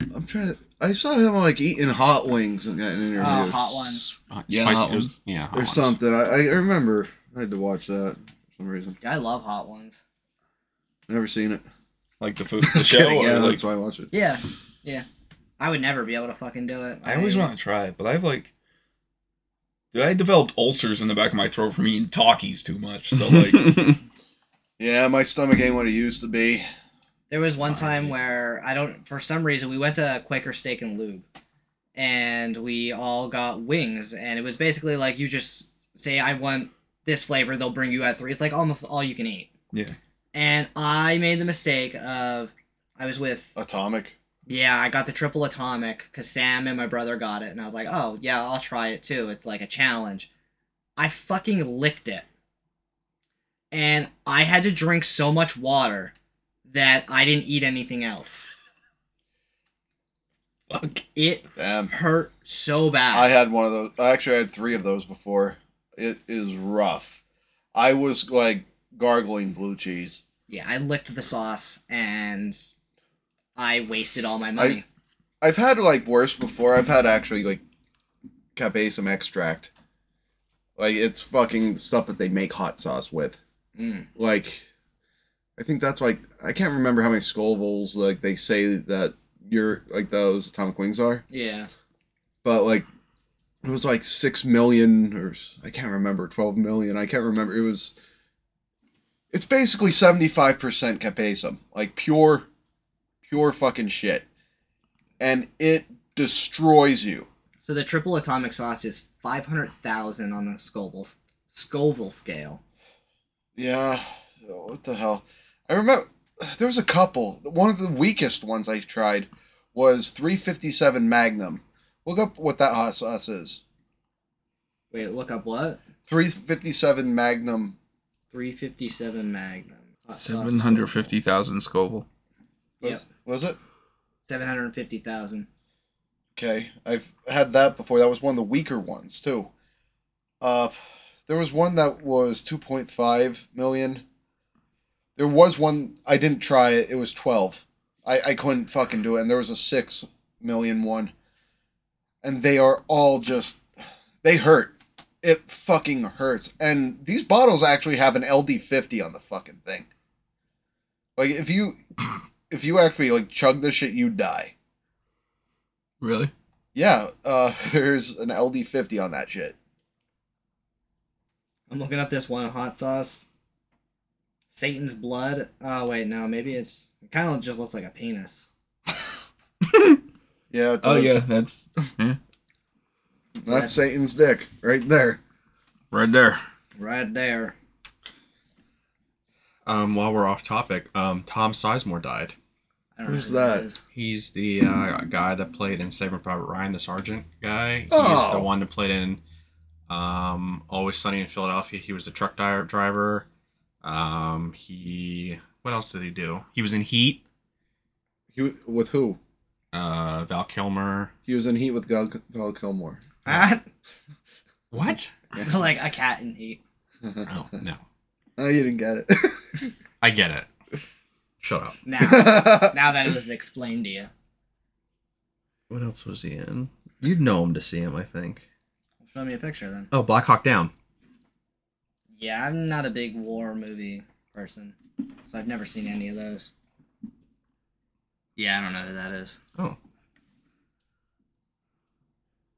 Speaker 4: Mm-hmm.
Speaker 6: I'm trying to. I saw him like eating hot wings in an interview.
Speaker 3: Oh, hot ones.
Speaker 8: Uh,
Speaker 5: Yeah,
Speaker 8: spicy.
Speaker 5: hot ones.
Speaker 8: Yeah. hot
Speaker 6: or
Speaker 8: ones.
Speaker 6: something. I, I remember. I had to watch that for some reason.
Speaker 3: I love hot ones.
Speaker 6: Never seen it.
Speaker 7: Like the food, the show.
Speaker 6: Kidding,
Speaker 7: or
Speaker 6: yeah,
Speaker 7: like-
Speaker 6: that's why I watch it.
Speaker 3: Yeah. Yeah. I would never be able to fucking do it.
Speaker 7: I always want to try it, but I've like, dude, I developed ulcers in the back of my throat from eating talkies too much. So like,
Speaker 6: Yeah, my stomach ain't what it used to be.
Speaker 3: There was one time where I don't for some reason we went to Quaker Steak and Lube and we all got wings and it was basically like you just say I want this flavor, they'll bring you out three. It's like almost all you can eat.
Speaker 5: Yeah.
Speaker 3: And I made the mistake of I was with
Speaker 6: Atomic.
Speaker 3: yeah, I got the triple atomic cuz Sam and my brother got it and I was like, "Oh, yeah, I'll try it too. It's like a challenge." I fucking licked it. And I had to drink so much water that I didn't eat anything else.
Speaker 7: fuck.
Speaker 3: It
Speaker 6: Damn.
Speaker 3: hurt so
Speaker 6: I
Speaker 3: bad.
Speaker 6: had one of those. I actually had three of those before. It is rough. I was like gargling blue cheese.
Speaker 3: yeah, I licked the sauce and I wasted all my money.
Speaker 6: I've had like worse before. I've had actually like capsaicin extract. Like it's fucking stuff that they make hot sauce with.
Speaker 3: Mm.
Speaker 6: Like I think that's like I can't remember how many Scovilles like they say that you're like those atomic wings are,
Speaker 3: Yeah.
Speaker 6: but like it was like 6 million or s- I can't remember 12 million. I can't remember. It was it's basically 75% capsaicin. Like pure pure fucking shit. And it destroys you.
Speaker 3: So the triple atomic sauce is 500,000 on the Scoville, Scoville scale.
Speaker 6: Yeah. What the hell? I remember there was a couple. One of the weakest ones I tried was 357 Magnum. Look up what that hot sauce is.
Speaker 3: Wait, look up what?
Speaker 6: 357 Magnum.
Speaker 3: 357 Magnum. Hot sauce
Speaker 5: Seven hundred fifty thousand Scoville.
Speaker 6: Was,
Speaker 3: Yep.
Speaker 6: was it?
Speaker 3: Scoville. 750,000.
Speaker 6: Okay. I've had that before. That was one of the weaker ones, too. Uh, there was one that was 2.5 million. There was one I didn't try it. It was 12. I, I couldn't fucking do it. And there was a 6 million one. And they are all just. They hurt. It fucking hurts. And these bottles actually have an LD50 on the fucking thing. Like if you if you actually like chug this shit you die.
Speaker 5: Really?
Speaker 6: Yeah, uh, there's an LD50 on that shit.
Speaker 3: I'm looking up this one hot sauce. Satan's blood. Oh wait, no, maybe it's it kind of just looks like a penis.
Speaker 6: Yeah, it
Speaker 5: Oh
Speaker 6: does.
Speaker 5: yeah, that's
Speaker 6: That's Satan's dick right there.
Speaker 5: right there.
Speaker 3: Right there.
Speaker 4: Um, while we're off topic, um, Tom Sizemore died.
Speaker 3: I don't
Speaker 6: Who's
Speaker 3: know who
Speaker 6: that?
Speaker 3: is.
Speaker 4: He's the uh, guy that played in Saving Private Ryan, the sergeant guy. He's
Speaker 6: Oh.
Speaker 4: the one that played in um, Always Sunny in Philadelphia. He was the truck di- driver. Um, he what else did he do? He was in Heat.
Speaker 6: He w- with who?
Speaker 4: Uh, Val Kilmer.
Speaker 6: He was in heat with Gal, Val Kilmore.
Speaker 4: What?
Speaker 3: Huh? like a cat in heat.
Speaker 4: Oh no,
Speaker 6: Oh, you didn't get
Speaker 4: I get it. Shut up.
Speaker 3: Now,
Speaker 6: it.
Speaker 3: now that it was explained to you,
Speaker 4: What else was he in? You'd know him to see him, I think.
Speaker 3: show me a picture then.
Speaker 4: Oh, Black Hawk Down.
Speaker 3: Yeah, I'm not a big war movie person, so I've never seen any of those. Yeah, I don't know who that is.
Speaker 4: Oh,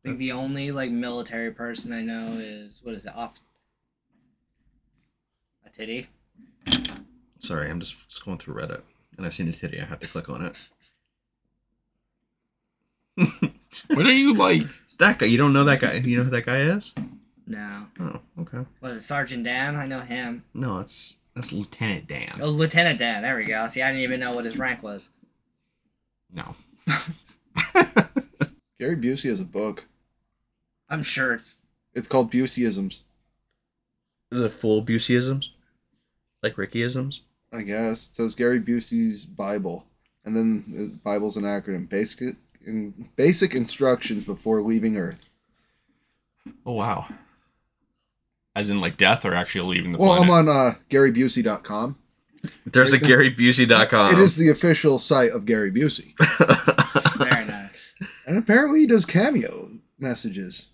Speaker 3: think the only like military person I know is what is it off a titty.
Speaker 4: Sorry, I'm just scrolling through Reddit and I've seen a titty. I have to click on it.
Speaker 5: What are you like?
Speaker 4: It's that guy. You don't know that guy. You know who that guy is?
Speaker 3: No,
Speaker 4: Oh, okay.
Speaker 3: what is it Sergeant Dan? I know him.
Speaker 4: No, it's that's Lieutenant Dan.
Speaker 3: Oh, Lieutenant Dan. There we go. See, I didn't even know what his rank was.
Speaker 4: No.
Speaker 6: Gary Busey has a book.
Speaker 3: I'm sure it's
Speaker 6: It's called Buseyisms,
Speaker 4: Is it full Buseyisms? Like Rickyisms?
Speaker 6: I guess. It says Gary Busey's Bible, and then the Bible's an acronym: basic in, basic instructions before leaving Earth.
Speaker 8: Oh wow. As in like death or actually leaving the
Speaker 6: Well, I'm
Speaker 8: planet?
Speaker 6: on uh, GaryBusey.com.
Speaker 4: There's a GaryBusey.com.
Speaker 5: Uh-huh.
Speaker 6: it is the official site of Gary Busey,
Speaker 3: very nice.
Speaker 6: and apparently he does cameo messages.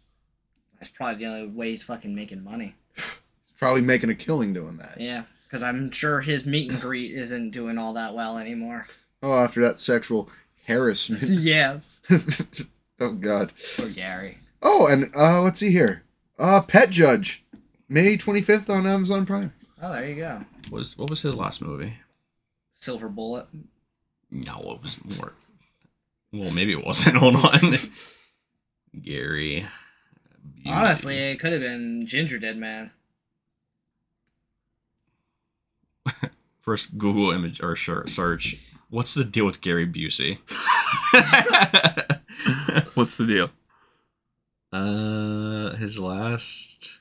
Speaker 3: That's probably the only way he's fucking making money.
Speaker 6: He's probably making a killing doing that.
Speaker 3: Yeah, because I'm sure his meet and greet isn't doing all that well anymore.
Speaker 6: Oh, after that sexual harassment.
Speaker 3: yeah.
Speaker 6: oh God.
Speaker 3: Poor Gary.
Speaker 6: Oh, and uh, let's see here. Uh, Pet Judge, May 25th on Amazon Prime.
Speaker 3: Oh, there you go.
Speaker 4: What was what was his last movie?
Speaker 3: Silver bullet.
Speaker 4: No, it was more. Well, maybe it wasn't. Hold on. Gary. Busey.
Speaker 3: Honestly, it could have been Ginger Dead Man.
Speaker 4: First Google image or shir- search. What's the deal with Gary Busey?
Speaker 5: What's the deal?
Speaker 4: Uh, his last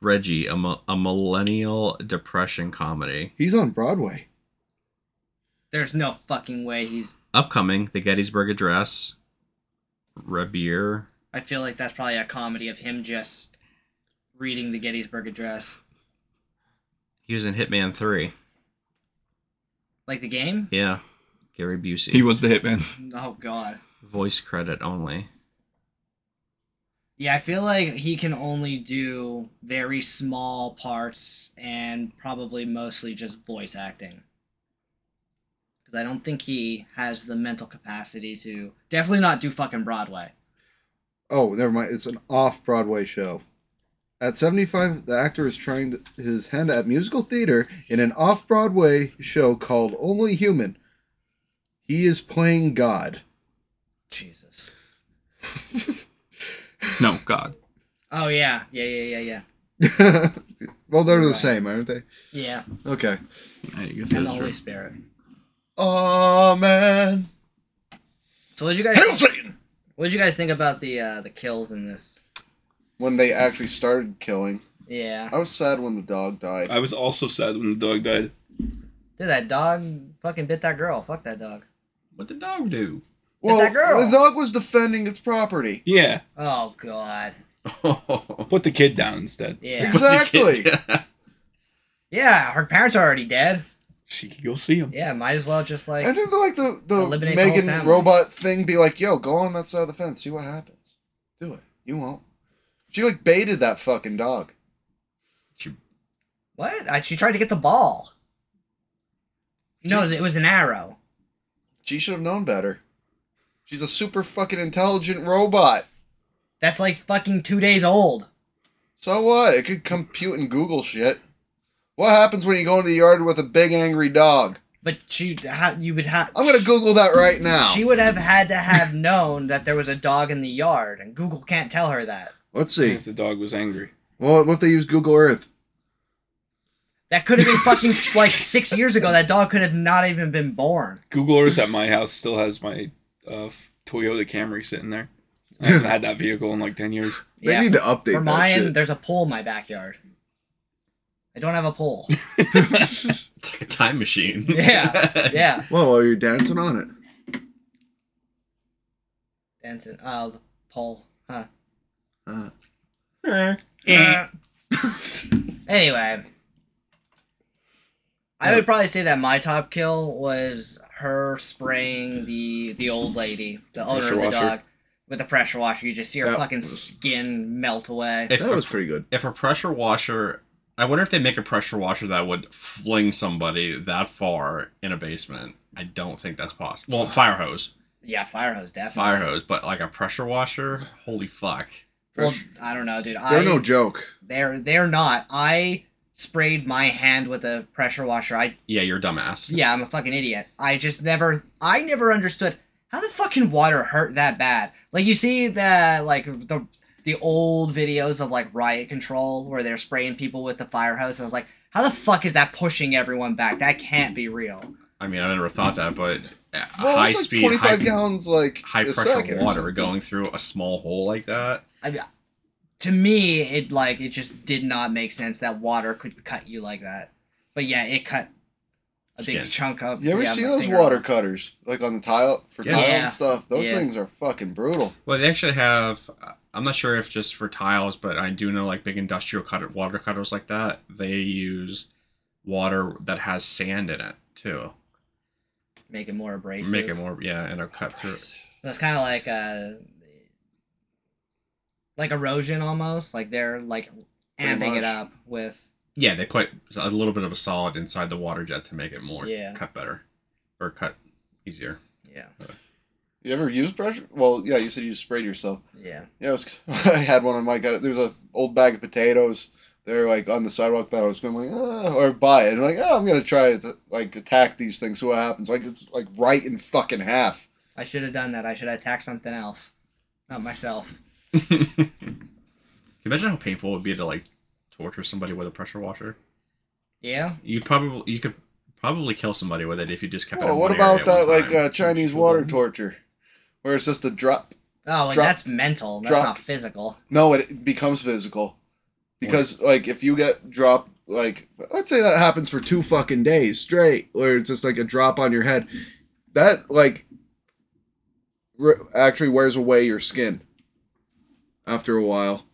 Speaker 4: Reggie, a, mi- a millennial depression comedy,
Speaker 6: He's on Broadway.
Speaker 3: There's no fucking way he's.
Speaker 4: upcoming, The Gettysburg Address, Rebier.
Speaker 3: I feel like that's probably a comedy of him just reading the Gettysburg Address,
Speaker 4: He was in Hitman Three.
Speaker 3: like the game.
Speaker 4: Yeah, Gary Busey.
Speaker 5: He was the hitman.
Speaker 3: Oh God.
Speaker 4: voice credit only.
Speaker 3: Yeah, I feel like he can only do very small parts and probably mostly just voice acting. Because I don't think he has the mental capacity to definitely not do fucking Broadway.
Speaker 6: Oh, never mind. It's an off Broadway show. At 75, the actor is trying to, his hand at musical theater in an off Broadway show called Only Human. He is playing God.
Speaker 3: Jesus.
Speaker 5: No, God.
Speaker 3: Oh yeah, yeah, yeah, yeah, yeah,
Speaker 6: well, they're the
Speaker 3: Right.
Speaker 6: same, aren't they?
Speaker 3: yeah.
Speaker 6: Okay.
Speaker 5: I guess
Speaker 3: And the
Speaker 5: that's
Speaker 3: Holy
Speaker 5: true.
Speaker 3: Spirit.
Speaker 6: Oh, man.
Speaker 3: So what did you guys what did you guys think about the uh, the kills in this?
Speaker 6: When they actually started killing,
Speaker 3: Yeah.
Speaker 6: I was sad when the dog died.
Speaker 7: I was also sad when the dog died.
Speaker 3: Dude, that dog fucking bit that girl. Fuck that dog.
Speaker 4: What did dog do?
Speaker 6: Well,
Speaker 3: that girl.
Speaker 6: the dog was defending its property.
Speaker 7: Yeah,
Speaker 3: Oh god.
Speaker 7: put the kid down instead.
Speaker 3: Yeah.
Speaker 6: Exactly.
Speaker 3: Yeah, her parents are already dead.
Speaker 7: She could go see him.
Speaker 3: Yeah, might as well just like
Speaker 6: And didn't like the the
Speaker 3: Eliminate the whole
Speaker 6: Megan
Speaker 3: family.
Speaker 6: robot thing be like, "Yo, go on that side of the fence, see what happens. Do it. You won't." She like baited that fucking dog.
Speaker 3: What? I, she tried to get the ball. No, it was an arrow.
Speaker 6: She should have known better. She's a super fucking intelligent robot.
Speaker 3: That's like fucking two days old.
Speaker 6: So what? It could compute and Google shit. What happens when you go into the yard with a big angry dog?
Speaker 3: But she, ha, you would have.
Speaker 6: I'm gonna Google that right now.
Speaker 3: She would have had to have known that there was a dog in the yard, and Google can't tell her that.
Speaker 6: Let's
Speaker 7: Yeah,
Speaker 6: see.
Speaker 7: If the dog was angry.
Speaker 6: Well, what if they use Google Earth?
Speaker 3: That could have been fucking like six years ago. That dog could have not even been born.
Speaker 7: Google Earth at my house still has my uh, Toyota Camry sitting there. I haven't had that vehicle in like ten years.
Speaker 6: They
Speaker 3: yeah.
Speaker 6: need to update
Speaker 3: For
Speaker 6: that
Speaker 3: mine,
Speaker 6: shit.
Speaker 3: there's a pole in my backyard. I don't have a pole.
Speaker 4: It's like a time machine.
Speaker 3: Yeah, yeah.
Speaker 6: Whoa, well, you're dancing on it.
Speaker 3: Dancing. Oh, the pole. Huh. Anyway, I would probably say that my top kill was her spraying the the old lady, the owner of
Speaker 7: pressure
Speaker 3: the
Speaker 7: washer.
Speaker 3: dog, with a pressure washer. You just see her
Speaker 6: That
Speaker 3: fucking
Speaker 6: was-
Speaker 3: skin melt away.
Speaker 4: If
Speaker 6: That
Speaker 4: a-
Speaker 6: was pretty good.
Speaker 4: if a pressure washer, I wonder if they make a pressure washer that would fling somebody that far in a basement. I don't think that's possible. Well, fire hose.
Speaker 3: Yeah, fire hose definitely.
Speaker 4: fire hose, but like a pressure washer. Holy fuck!
Speaker 3: Well, I don't know, dude.
Speaker 6: They're
Speaker 3: I
Speaker 6: no joke.
Speaker 3: they're they're not. I sprayed my hand with a pressure washer. I
Speaker 4: Yeah, you're a dumbass.
Speaker 3: yeah, I'm a fucking idiot. I just never I never understood how the fucking water hurt that bad. Like you see the like the the old videos of like riot control where they're spraying people with the fire hose. I was like, how the fuck is that pushing everyone back? That can't be real.
Speaker 4: I mean, I never thought that, but uh,
Speaker 6: Well,
Speaker 4: high
Speaker 6: it's like
Speaker 4: speed,
Speaker 6: 25
Speaker 4: high,
Speaker 6: gallons, like
Speaker 4: high
Speaker 6: a
Speaker 4: pressure
Speaker 6: second or
Speaker 4: water
Speaker 6: something.
Speaker 4: going through a small hole like that.
Speaker 3: I mean, to me, it like it just did not make sense that water could cut you like that. But yeah, it cut a
Speaker 4: Skin.
Speaker 3: big chunk of.
Speaker 6: You ever
Speaker 3: yeah,
Speaker 6: see
Speaker 3: my
Speaker 6: those
Speaker 3: finger
Speaker 6: water
Speaker 3: off.
Speaker 6: cutters, like on the tile for
Speaker 4: Yeah.
Speaker 6: tile
Speaker 3: Yeah.
Speaker 6: and stuff? Those
Speaker 3: Yeah.
Speaker 6: things are fucking brutal.
Speaker 4: Well, they actually have. I'm not sure if just for tiles, but I do know like big industrial cutter water cutters like that. They use water that has sand in it too,
Speaker 3: Make it more abrasive.
Speaker 4: make it more yeah, and it'll cut through.
Speaker 3: It's kind of like uh, like erosion almost. Like they're like
Speaker 6: Pretty
Speaker 3: amping
Speaker 6: much.
Speaker 3: it up with.
Speaker 4: Yeah, they put a little bit of a solid inside the water jet to make it more
Speaker 3: Yeah.
Speaker 4: cut better or cut easier.
Speaker 3: Yeah,
Speaker 6: You ever use pressure? Well, yeah, you said you sprayed yourself.
Speaker 3: yeah.
Speaker 6: Yeah, it was, I had one on my gut. There was a old bag of potatoes. they were like on the sidewalk that I was going like, oh, or buy it. And I'm like, oh, I'm gonna try to like attack these things. See what happens. Like it's like right in fucking half.
Speaker 3: I should have done that. I should have attacked something else, not myself.
Speaker 4: Can you imagine how painful it would be to like torture somebody with a pressure washer?
Speaker 3: Yeah.
Speaker 4: You'd probably you could probably kill somebody with it if you just kept it.
Speaker 6: Well,
Speaker 4: in
Speaker 6: what
Speaker 4: one area
Speaker 6: about
Speaker 4: at one
Speaker 6: that like
Speaker 4: time.
Speaker 6: uh, Chinese water torture, where it's just a drop?
Speaker 3: Oh, and
Speaker 6: Drop-
Speaker 3: that's mental. That's
Speaker 6: drop-
Speaker 3: not physical.
Speaker 6: No, it becomes physical, because like if you get dropped, like let's say that happens for two fucking days straight, where it's just like a drop on your head, that like r- actually wears away your skin after a while,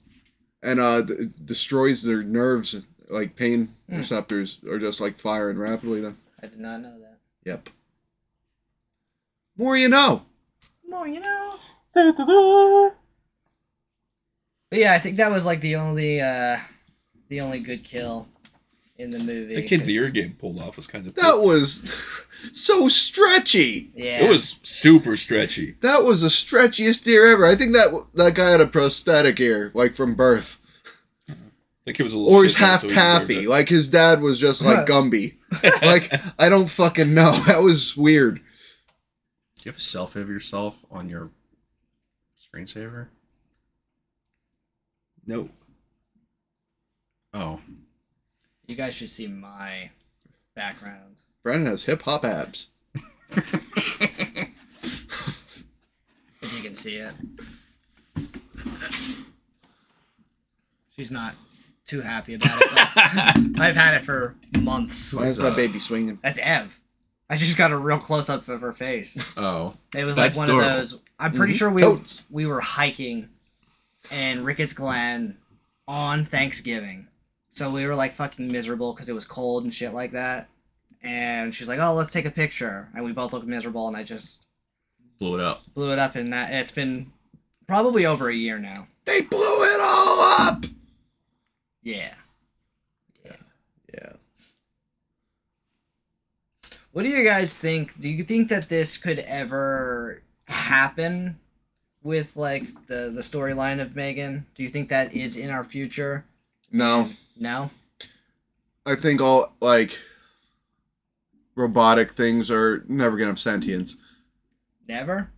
Speaker 6: and uh d- destroys their nerves, like pain receptors are just like firing rapidly. Then,
Speaker 3: I did not know that.
Speaker 6: yep. More you know.
Speaker 3: More, you know. But yeah, I think that was like the only uh the only good kill in the movie.
Speaker 7: The kid's
Speaker 3: 'cause-
Speaker 7: ear getting pulled off was kind of.
Speaker 6: That was so stretchy.
Speaker 3: Yeah.
Speaker 7: It was super stretchy.
Speaker 6: That was the stretchiest ear ever. I think that that guy had a prosthetic ear, like from birth,
Speaker 7: The kid was a little.
Speaker 6: or he's
Speaker 7: shit, though,
Speaker 6: half
Speaker 7: so he deserved
Speaker 6: taffy.
Speaker 7: it.
Speaker 6: Like his dad was just like Gumby. like I don't fucking know. That was weird.
Speaker 4: Do you have a selfie of yourself on your screensaver?
Speaker 7: no.
Speaker 4: Oh,
Speaker 3: You guys should see my background.
Speaker 6: Brandon has hip hop abs.
Speaker 3: If you can see it. She's not too happy about it. but I've had it for months.
Speaker 6: Mine's my baby swinging.
Speaker 3: That's Ev. I just got a real close up of her face.
Speaker 4: oh,
Speaker 3: It was
Speaker 5: That's
Speaker 3: like one
Speaker 5: adorable.
Speaker 3: of those. I'm pretty sure we
Speaker 6: Mm-hmm. Totes.
Speaker 3: we were hiking in Ricketts Glen on Thanksgiving, so we were like fucking miserable because it was cold and shit like that. And she's like, "Oh, let's take a picture," and we both looked miserable, and I just
Speaker 4: blew it up.
Speaker 3: blew it up, and that, it's been probably over a year now.
Speaker 6: They blew it all up.
Speaker 3: Yeah.
Speaker 6: Yeah.
Speaker 3: What do you guys think? Do you think that this could ever happen with like the the storyline of Megan? Do you think that is in our future?
Speaker 6: No,
Speaker 3: No.
Speaker 6: I think all like robotic things are never gonna have sentience.
Speaker 3: Never?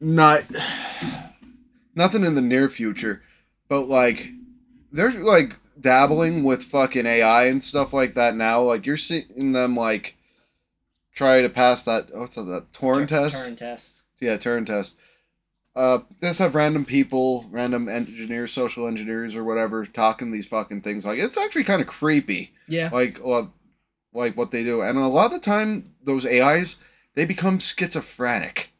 Speaker 6: not nothing in the near future, but like they're like dabbling with fucking AI and stuff like that now. Like you're seeing them like try to pass that what's that, that Torn test?
Speaker 3: Turn test.
Speaker 6: Yeah, Turing test. Uh, just have random people, random engineers, social engineers, or whatever, talking these fucking things. Like it's actually kind of creepy.
Speaker 3: Yeah.
Speaker 6: Like, well, like what they do, and a lot of the time, those AIs they become schizophrenic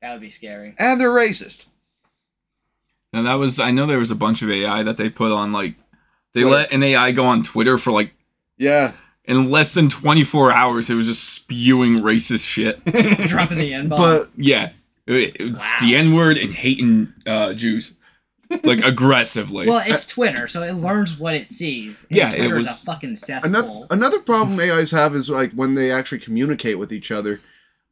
Speaker 3: That would be scary.
Speaker 6: and they're racist.
Speaker 5: Now that was I know there was a bunch of AI that they put on like they
Speaker 6: Twitter.
Speaker 5: let an AI go on Twitter for like
Speaker 6: Yeah,
Speaker 5: in less than 24 hours it was just spewing racist shit.
Speaker 3: Dropping the end bomb.
Speaker 6: but
Speaker 5: yeah. It- it's the N word and hating uh, Jews like aggressively.
Speaker 3: well, it's Twitter, so it learns what it sees. and
Speaker 5: Yeah, it
Speaker 3: Twitter's
Speaker 5: was-
Speaker 3: a fucking cesspool.
Speaker 6: another another problem AIs have is like when they actually communicate with each other.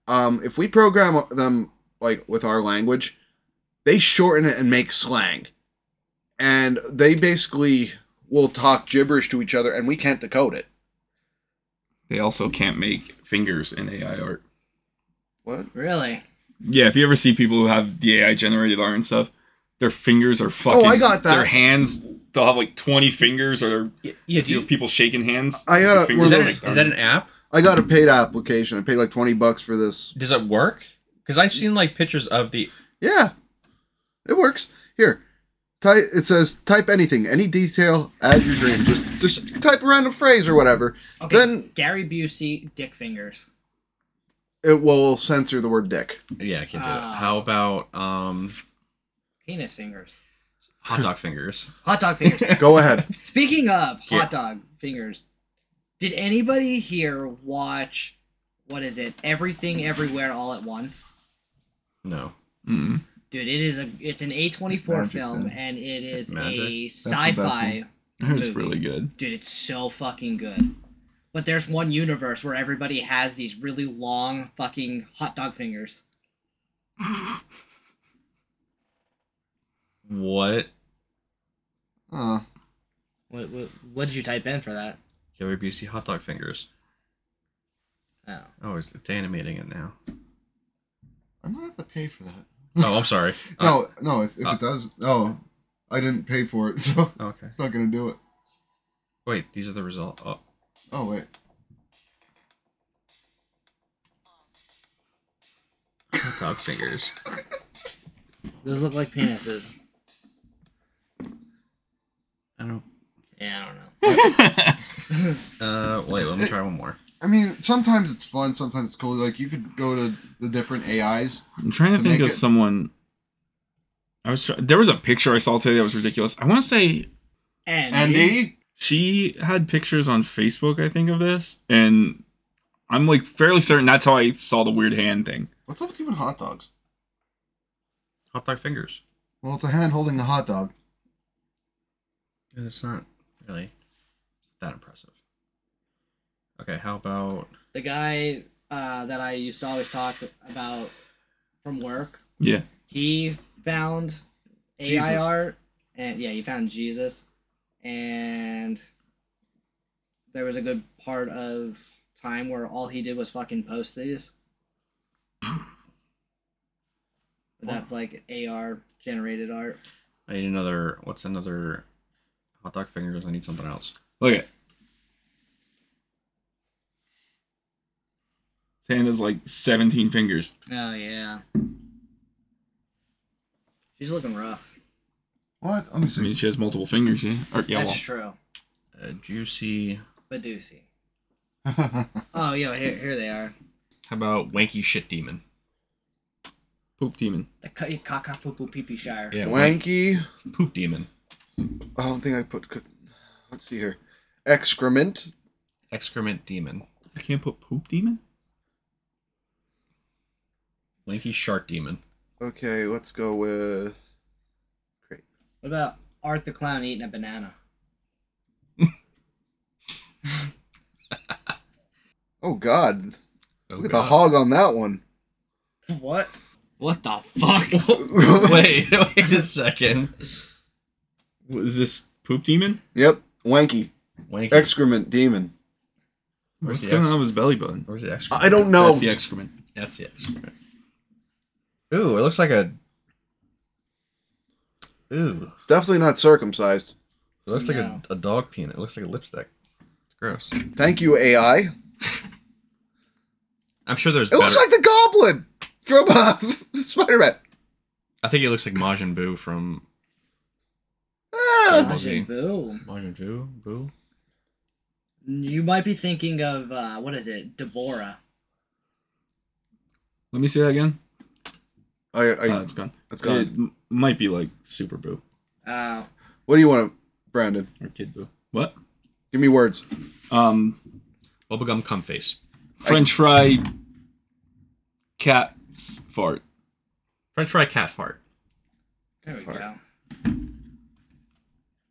Speaker 6: um, if we program them like with our language, they shorten it and make slang, and they basically will talk gibberish to each other, and we can't decode it.
Speaker 5: They also can't make fingers in AI art.
Speaker 6: What?
Speaker 11: Really?
Speaker 5: Yeah, if you ever see people who have the AI generated art and stuff, their fingers are fucking.
Speaker 6: Oh, I got that.
Speaker 5: Their hands, they'll have like twenty fingers, or
Speaker 12: Yeah, yeah
Speaker 5: you know, people shaking hands.
Speaker 6: I
Speaker 5: their
Speaker 6: gotta-
Speaker 12: is,
Speaker 5: fingers
Speaker 6: Is
Speaker 12: that
Speaker 6: that
Speaker 5: are
Speaker 12: an,
Speaker 5: like that.
Speaker 12: app?
Speaker 6: I got a paid application. I paid like twenty bucks for this.
Speaker 12: Does it work? Because I've seen like pictures of the.
Speaker 6: Yeah, it works. Here, type. It says type anything, any detail, add your dream. Just just type a random phrase or whatever.
Speaker 3: Okay.
Speaker 6: Then
Speaker 3: Gary Busey, dick fingers.
Speaker 6: it will censor the word dick.
Speaker 4: Yeah, I can do
Speaker 3: Ah.
Speaker 4: it. How about um,
Speaker 3: Penis fingers.
Speaker 4: hot dog fingers?
Speaker 3: Hot dog fingers.
Speaker 6: Go ahead.
Speaker 3: Speaking of
Speaker 4: Yeah.
Speaker 3: hot dog fingers, did anybody here watch what is it? Everything Everywhere All at Once?
Speaker 4: No.
Speaker 5: Mm.
Speaker 3: Dude, it is a it's an A24
Speaker 6: Magic,
Speaker 3: film
Speaker 6: man.
Speaker 3: and it is a
Speaker 4: Magic.
Speaker 6: the best
Speaker 3: sci-fi.
Speaker 5: I heard it's
Speaker 3: movie.
Speaker 5: really good.
Speaker 3: Dude, it's so fucking good. But there's one universe where everybody has these really long fucking hot dog fingers.
Speaker 4: What?
Speaker 6: Uh,
Speaker 3: What what, what did you type in for that?
Speaker 4: Gary Busey hot dog fingers.
Speaker 3: Oh.
Speaker 4: Oh, it's, it's animating it now.
Speaker 6: I might have to pay for that.
Speaker 4: Oh, I'm sorry. Uh,
Speaker 6: No, no. If, if
Speaker 4: uh,
Speaker 6: it does, oh, I didn't pay for it, so
Speaker 4: Okay.
Speaker 6: it's not gonna do it.
Speaker 4: wait, these are the result. Oh,
Speaker 6: Oh wait.
Speaker 4: hot dog fingers.
Speaker 3: Those look like penises.
Speaker 4: I don't.
Speaker 3: Yeah, I don't know.
Speaker 4: Uh, wait. Let me try one more.
Speaker 6: I mean, sometimes it's fun, sometimes it's cool. Like you could go to the different AIs.
Speaker 5: I'm trying to,
Speaker 6: To
Speaker 5: think
Speaker 6: make
Speaker 5: of
Speaker 6: it-
Speaker 5: someone. I was. Try- there was a picture I saw today that was ridiculous. I want to say
Speaker 3: And
Speaker 6: Andy,
Speaker 5: she had pictures on Facebook. I think of this, and I'm like fairly certain that's how I saw the weird hand thing.
Speaker 6: what's up with you and hot dogs?
Speaker 4: Hot dog fingers.
Speaker 6: Well, it's a hand holding the hot dog.
Speaker 4: Yeah, It's not really that impressive. Okay, how about
Speaker 3: the guy uh, that I used to always talk about from work,
Speaker 5: Yeah.
Speaker 3: he found
Speaker 6: Jesus?
Speaker 3: AI art, and yeah, he found Jesus, and there was a good part of time where all he did was fucking post these. But That's like AR generated art.
Speaker 4: I need another. What's another? Hot dog fingers. I need something else.
Speaker 5: Look at. His hand has like 17 fingers.
Speaker 3: Oh yeah. She's looking rough.
Speaker 6: What? Let me
Speaker 5: I mean,
Speaker 6: see.
Speaker 5: she has multiple fingers. Yeah. Or, yeah.
Speaker 3: That's
Speaker 5: Well,
Speaker 3: true.
Speaker 4: Uh, juicy.
Speaker 3: Badoosie. Oh yeah, here here they are.
Speaker 4: How about wanky shit demon?
Speaker 5: poop demon.
Speaker 3: The ca- caca poo poo pee pee shire.
Speaker 4: Yeah,
Speaker 6: Wanky.
Speaker 4: poop demon.
Speaker 6: I don't think I put. Let's see here. Excrement.
Speaker 4: Excrement demon.
Speaker 5: I can't put poop demon.
Speaker 4: Lanky shark demon.
Speaker 6: Okay, let's go with.
Speaker 3: What about Art the Clown eating a banana?
Speaker 6: Oh God!
Speaker 4: Oh,
Speaker 6: Look at the
Speaker 4: God.
Speaker 6: hog on that one.
Speaker 3: What? What the fuck?
Speaker 4: wait, wait a second.
Speaker 5: What is this poop demon?
Speaker 6: Yep. Wanky.
Speaker 4: Wanky.
Speaker 6: Excrement demon.
Speaker 4: Where's
Speaker 5: What's
Speaker 4: the
Speaker 5: going
Speaker 4: ex-
Speaker 5: on with his belly button?
Speaker 4: Where's the excrement?
Speaker 6: I don't know.
Speaker 5: That's the excrement.
Speaker 4: That's the excrement. Ooh, it looks like a. Ooh,
Speaker 6: It's definitely not circumcised.
Speaker 4: it looks like
Speaker 3: No.
Speaker 4: a, a dog peanut. It looks like a lipstick. It's gross.
Speaker 6: Thank you, AI. It
Speaker 4: I'm sure there's.
Speaker 6: looks like the goblin from uh, Spider Man.
Speaker 4: I think it looks like Majin Buu from
Speaker 6: Ah,
Speaker 4: Majin
Speaker 3: Boom.
Speaker 4: Majin Buu. Buu.
Speaker 3: You might be thinking of uh, what is it, Deborah?
Speaker 5: Let me see that again.
Speaker 6: I, I,
Speaker 7: Uh,
Speaker 5: Oh, it's gone.
Speaker 6: it's
Speaker 5: It
Speaker 6: gone.
Speaker 5: m- might be like Super Boo
Speaker 3: Uh,
Speaker 6: What do you want, Brandon?
Speaker 5: or Kid Boo. What?
Speaker 6: Give me words.
Speaker 5: Um,
Speaker 4: Bubblegum cum face.
Speaker 5: French fry, cat s- fart.
Speaker 4: French fry cat fart.
Speaker 3: there we go.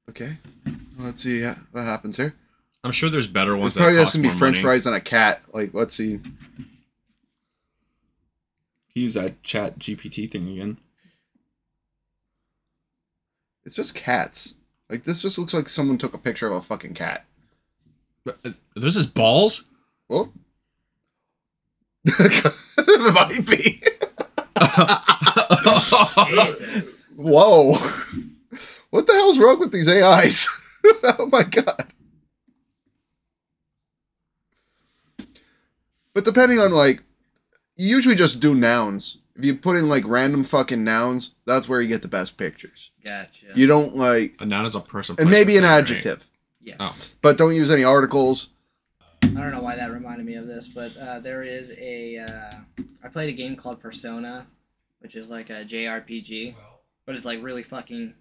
Speaker 6: Okay. Let's see ha- what happens here.
Speaker 4: I'm sure there's better ones.
Speaker 6: This probably
Speaker 4: that
Speaker 6: has
Speaker 4: cost
Speaker 6: to be
Speaker 4: more
Speaker 6: French
Speaker 4: money.
Speaker 6: fries than a cat. Like, let's see.
Speaker 5: Use that chat GPT thing again.
Speaker 6: It's just cats. Like this just looks like someone took a picture of a fucking cat.
Speaker 4: This is balls.
Speaker 6: Well, it might be.
Speaker 3: Oh. Jesus.
Speaker 6: Whoa. What the hell's wrong with these AIs? oh my god. But depending on like you usually just do nouns. If you put in like random fucking nouns, that's where you get the best pictures.
Speaker 3: Gotcha.
Speaker 6: You don't like
Speaker 4: A noun is a person.
Speaker 6: and
Speaker 4: place,
Speaker 6: maybe
Speaker 4: or
Speaker 6: an
Speaker 4: thing, right?
Speaker 6: adjective.
Speaker 3: Yes.
Speaker 4: Oh.
Speaker 6: But don't use any articles.
Speaker 3: I don't know why that reminded me of this, but uh, there is a. Uh, I played a game called Persona, which is like a JRPG, but it's like really fucking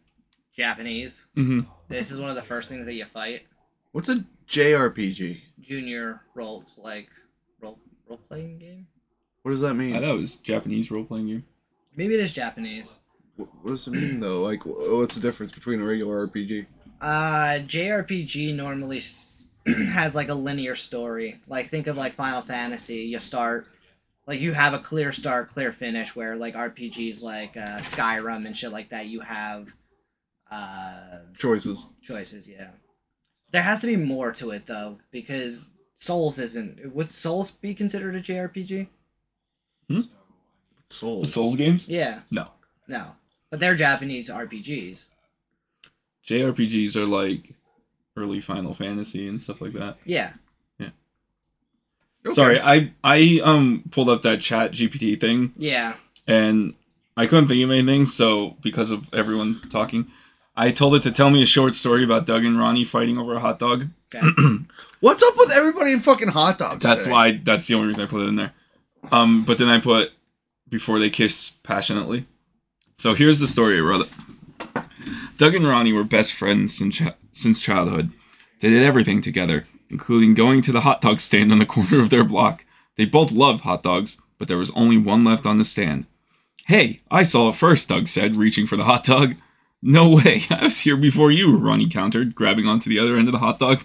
Speaker 3: Japanese.
Speaker 5: Mm-hmm.
Speaker 3: This is one of the first things that you fight.
Speaker 6: What's a JRPG?
Speaker 3: Junior role like role role playing game.
Speaker 6: What does that mean?
Speaker 5: I thought it was Japanese role playing game.
Speaker 3: Maybe it is Japanese.
Speaker 6: Wh- What does it mean though? Like, wh- what's the difference between a regular RPG?
Speaker 3: Uh, JRPG normally s- has like a linear story. Like think of like Final Fantasy. You start, like you have a clear start, clear finish. Where like RPGs like uh, Skyrim and shit like that, you have uh,
Speaker 6: Choices.
Speaker 3: choices. Yeah, there has to be more to it though, because Souls isn't. Would Souls be considered a JRPG?
Speaker 6: Souls.
Speaker 5: The Souls games?
Speaker 3: Yeah,
Speaker 5: No.
Speaker 3: no, but they're Japanese RPGs.
Speaker 5: JRPGs are like early Final Fantasy and stuff like that.
Speaker 3: Yeah,
Speaker 6: Okay.
Speaker 5: Sorry, I I um pulled up that chat GPT thing
Speaker 3: yeah.
Speaker 5: and I couldn't think of anything, so because of everyone talking, I told it to tell me a short story about Doug and Ronnie fighting over a hot dog.
Speaker 6: What's up with everybody in fucking hot dogs?
Speaker 5: That's
Speaker 6: today?
Speaker 5: why that's the only reason I put it in there. Um but then I put before they kiss passionately. So here's the story I wrote. it. Doug and Ronnie were best friends since chi- since childhood. They did everything together, including going to the hot dog stand on the corner of their block. They both loved hot dogs, but there was only one left on the stand. Hey, I saw it first, Doug said, reaching for the hot dog. No way, I was here before you, Ronnie countered, grabbing onto the other end of the hot dog.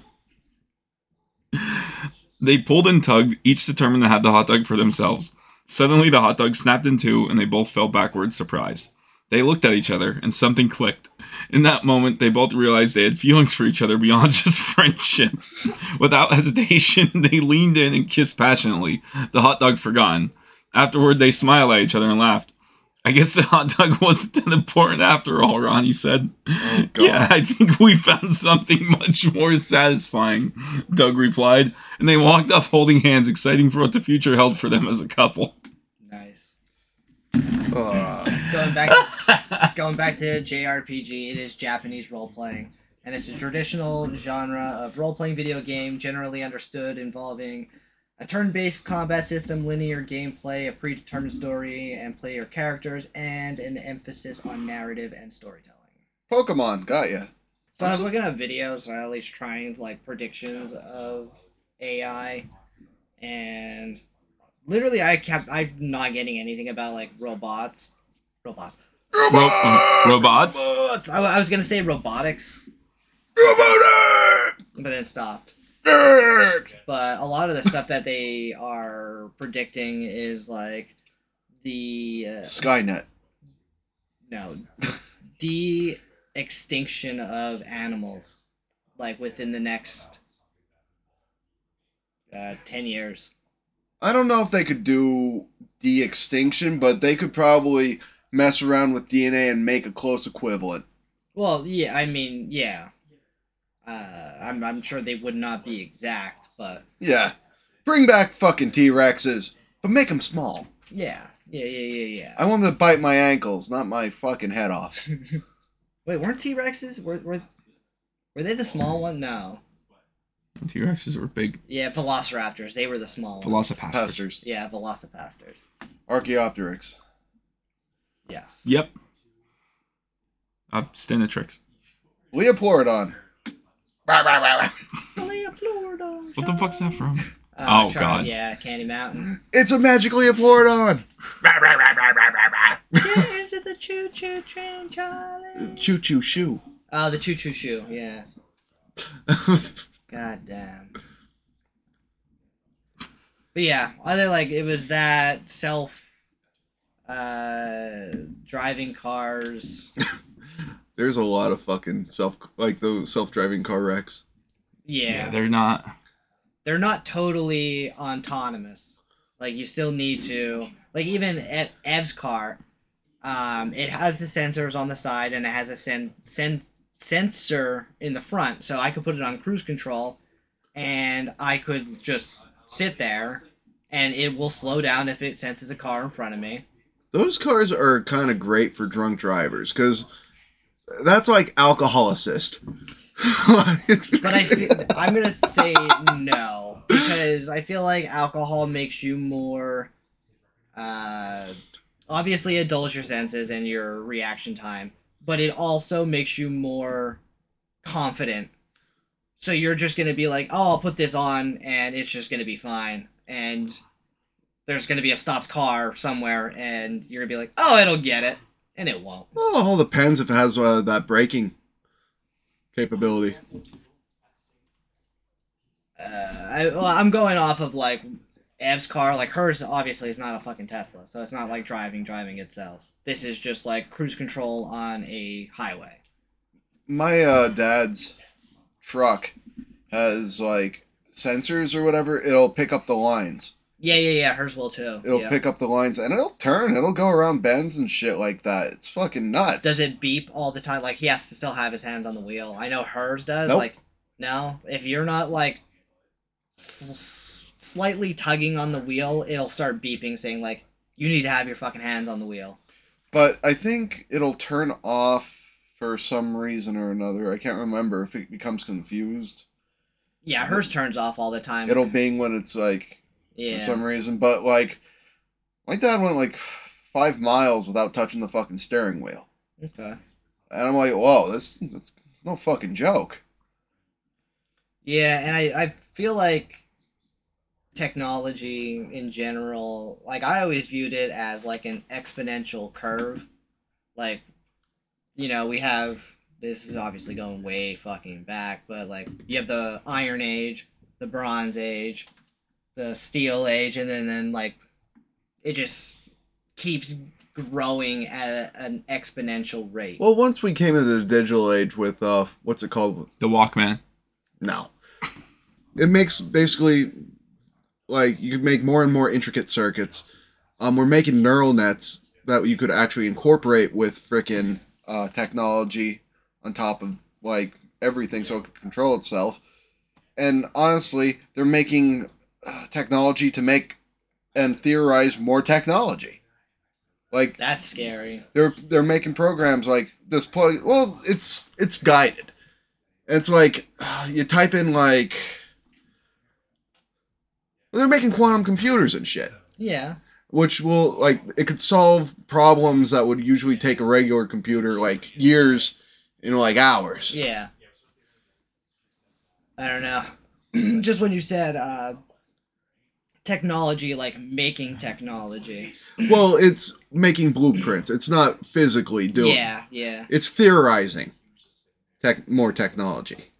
Speaker 5: They pulled and tugged, each determined to have the hot dog for themselves. Suddenly, the hot dog snapped in two, and they both fell backwards, surprised. They looked at each other, and something clicked. In that moment, they both realized they had feelings for each other beyond just friendship. Without hesitation, they leaned in and kissed passionately, the hot dog forgotten. Afterward, they smiled at each other and laughed. I guess the hot dog wasn't that important after all, Ronnie said.
Speaker 6: Oh, God.
Speaker 5: Yeah, I think we found something much more satisfying, Doug replied, and they walked off holding hands, exciting for what the future held for them as a couple.
Speaker 3: Nice.
Speaker 6: Uh,
Speaker 3: going back going back to JRPG, it is Japanese role playing. And it's a traditional genre of role playing video game generally understood involving a turn based combat system, linear gameplay, a predetermined story and player characters, and an emphasis on narrative and storytelling.
Speaker 6: Pokemon got ya.
Speaker 3: So I was looking up videos, or at least trying like predictions of AI, and literally I kept I'm not getting anything about like robots, robots,
Speaker 5: Ro- uh, robots?
Speaker 3: robots. I, I was gonna say robotics, but then stopped. But a lot of the stuff that they are predicting is like the uh,
Speaker 6: Skynet.
Speaker 3: no de extinction of animals, like within the next uh, ten years.
Speaker 6: I don't know if they could do de extinction, but they could probably mess around with DNA and make a close equivalent.
Speaker 3: Well, yeah, I mean, yeah. Uh, I'm I'm sure they would not be exact, but
Speaker 6: Yeah. Bring back fucking T Rexes, but make them small.
Speaker 3: yeah, yeah, yeah, yeah, yeah.
Speaker 6: I want them to bite my ankles, not my fucking head off.
Speaker 3: Wait, weren't T Rexes? Were, were were they the small one? No.
Speaker 5: T Rexes were big.
Speaker 3: Yeah, Velociraptors. They were the small one.
Speaker 5: Velocipastors.
Speaker 6: Pastors.
Speaker 3: yeah, Velocipastors.
Speaker 6: Archaeopteryx.
Speaker 3: Yes.
Speaker 5: Yep. Obstenatrix.
Speaker 6: Leopolodon.
Speaker 5: What the fuck's that from?
Speaker 3: Uh,
Speaker 5: Oh, God.
Speaker 3: Yeah, Candy Mountain.
Speaker 6: It's a magic Leopolodon!
Speaker 3: Get into the choo choo train, Charlie.
Speaker 6: Choo choo shoo.
Speaker 3: Oh, the choo choo shoe. Yeah. God damn. But yeah, either like it was that self uh, driving cars.
Speaker 6: There's a lot of fucking self like those self driving car wrecks.
Speaker 3: Yeah.
Speaker 5: they're not.
Speaker 3: they're not totally autonomous. Like you still need to like even at Ev's car, um, it has the sensors on the side and it has a sen- sen- sensor in the front, so I could put it on cruise control, and I could just sit there, and it will slow down if it senses a car in front of me.
Speaker 6: Those cars are kind of great for drunk drivers because that's like Oh, alcohol assist.
Speaker 3: But I feel, I'm gonna say no because I feel like alcohol makes you more. Uh, obviously, it dulls your senses and your reaction time, but it also makes you more confident. So you're just gonna be like, "Oh, I'll put this on, and it's just gonna be fine." And there's gonna be a stopped car somewhere, and you're gonna be like, "Oh, it'll get it," and it won't.
Speaker 6: Well, it all depends if it has uh, that braking capability.
Speaker 3: Uh, I, well, I'm going off of like Ev's car. Like hers, obviously, is not a fucking Tesla, so it's not like driving, driving itself. This is just like cruise control on a highway.
Speaker 6: my uh, dad's truck has like sensors or whatever. It'll pick up the lines.
Speaker 3: Yeah, yeah, yeah. Hers will too.
Speaker 6: It'll
Speaker 3: yeah.
Speaker 6: pick up the lines and it'll turn. It'll go around bends and shit like that. It's fucking nuts.
Speaker 3: Does it beep all the time? Like he has to still have his hands on the wheel. I know hers does.
Speaker 6: Nope.
Speaker 3: Like no, if you're not like s- slightly tugging on the wheel, it'll start beeping, saying like you need to have your fucking hands on the wheel.
Speaker 6: But I think it'll turn off for some reason or another. I can't remember if it becomes confused.
Speaker 3: Yeah, hers turns off all the time.
Speaker 6: It'll bing when it's like for
Speaker 3: yeah.
Speaker 6: some reason. But like, my dad went like five miles without touching the fucking steering wheel,
Speaker 3: okay.
Speaker 6: and I'm like, whoa, this that's no fucking joke.
Speaker 3: Yeah, and I, I feel like technology in general, like I always viewed it as like an exponential curve. Like, you know, we have this is obviously going way fucking back, but like you have the Iron Age, the Bronze Age, the Steel Age, and then, then like it just keeps growing at a, an exponential rate.
Speaker 6: Well, once we came into the digital age with uh, what's it called?
Speaker 5: The Walkman.
Speaker 6: No, it makes basically like you could make more and more intricate circuits. Um, we're making neural nets that you could actually incorporate with frickin' uh, technology on top of like everything, so it could control itself. And honestly, they're making uh, technology to make and theorize more technology. Like
Speaker 3: That's scary.
Speaker 6: they're they're making programs like this plug well it's it's guided it's like uh, you type in like well, they're making quantum computers and shit
Speaker 3: Yeah.
Speaker 6: which will like it could solve problems that would usually take a regular computer like years in like hours
Speaker 3: Yeah. I don't know. Just when you said uh, technology, like making technology.
Speaker 6: well it's making blueprints it's not physically doing
Speaker 3: yeah, yeah.
Speaker 6: it's theorizing tech more technology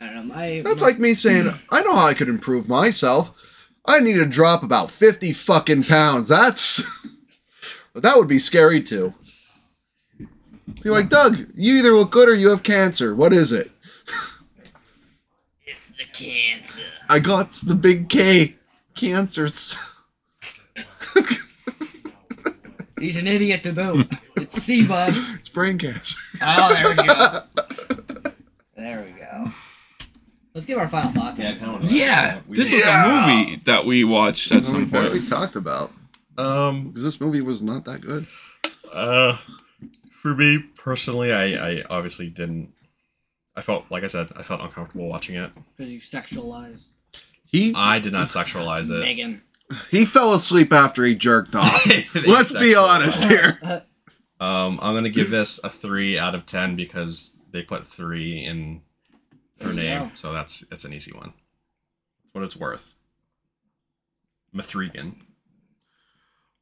Speaker 3: I don't know. My,
Speaker 6: That's like me saying, I know how I could improve myself. I need to drop about 50 fucking pounds. That's. that would be scary too. Be like, Doug, you either look good or you have cancer. What is it?
Speaker 3: it's the cancer.
Speaker 6: I got the big K. Cancers.
Speaker 3: He's an idiot to boot. it's C bug.
Speaker 6: it's brain cancer.
Speaker 3: Oh, there we go. There we go. Let's give our final thoughts. Yeah,
Speaker 4: Uh,
Speaker 5: Yeah, this is a movie that we watched at some
Speaker 6: we
Speaker 5: point.
Speaker 6: talked about.
Speaker 4: Um,
Speaker 6: Because this movie was not that good.
Speaker 4: uh, for me personally, I, I obviously didn't. I felt like I said, I felt uncomfortable watching it.
Speaker 3: Because you sexualized
Speaker 6: He
Speaker 4: I did not sexualize it.
Speaker 3: Megan.
Speaker 6: he fell asleep after he jerked off. Let's be honest here.
Speaker 4: Um, I'm gonna give this a three out of ten because they put three in her
Speaker 3: There you
Speaker 4: name,
Speaker 3: go.
Speaker 4: so that's it's an easy one. That's what it's worth. Mathregan.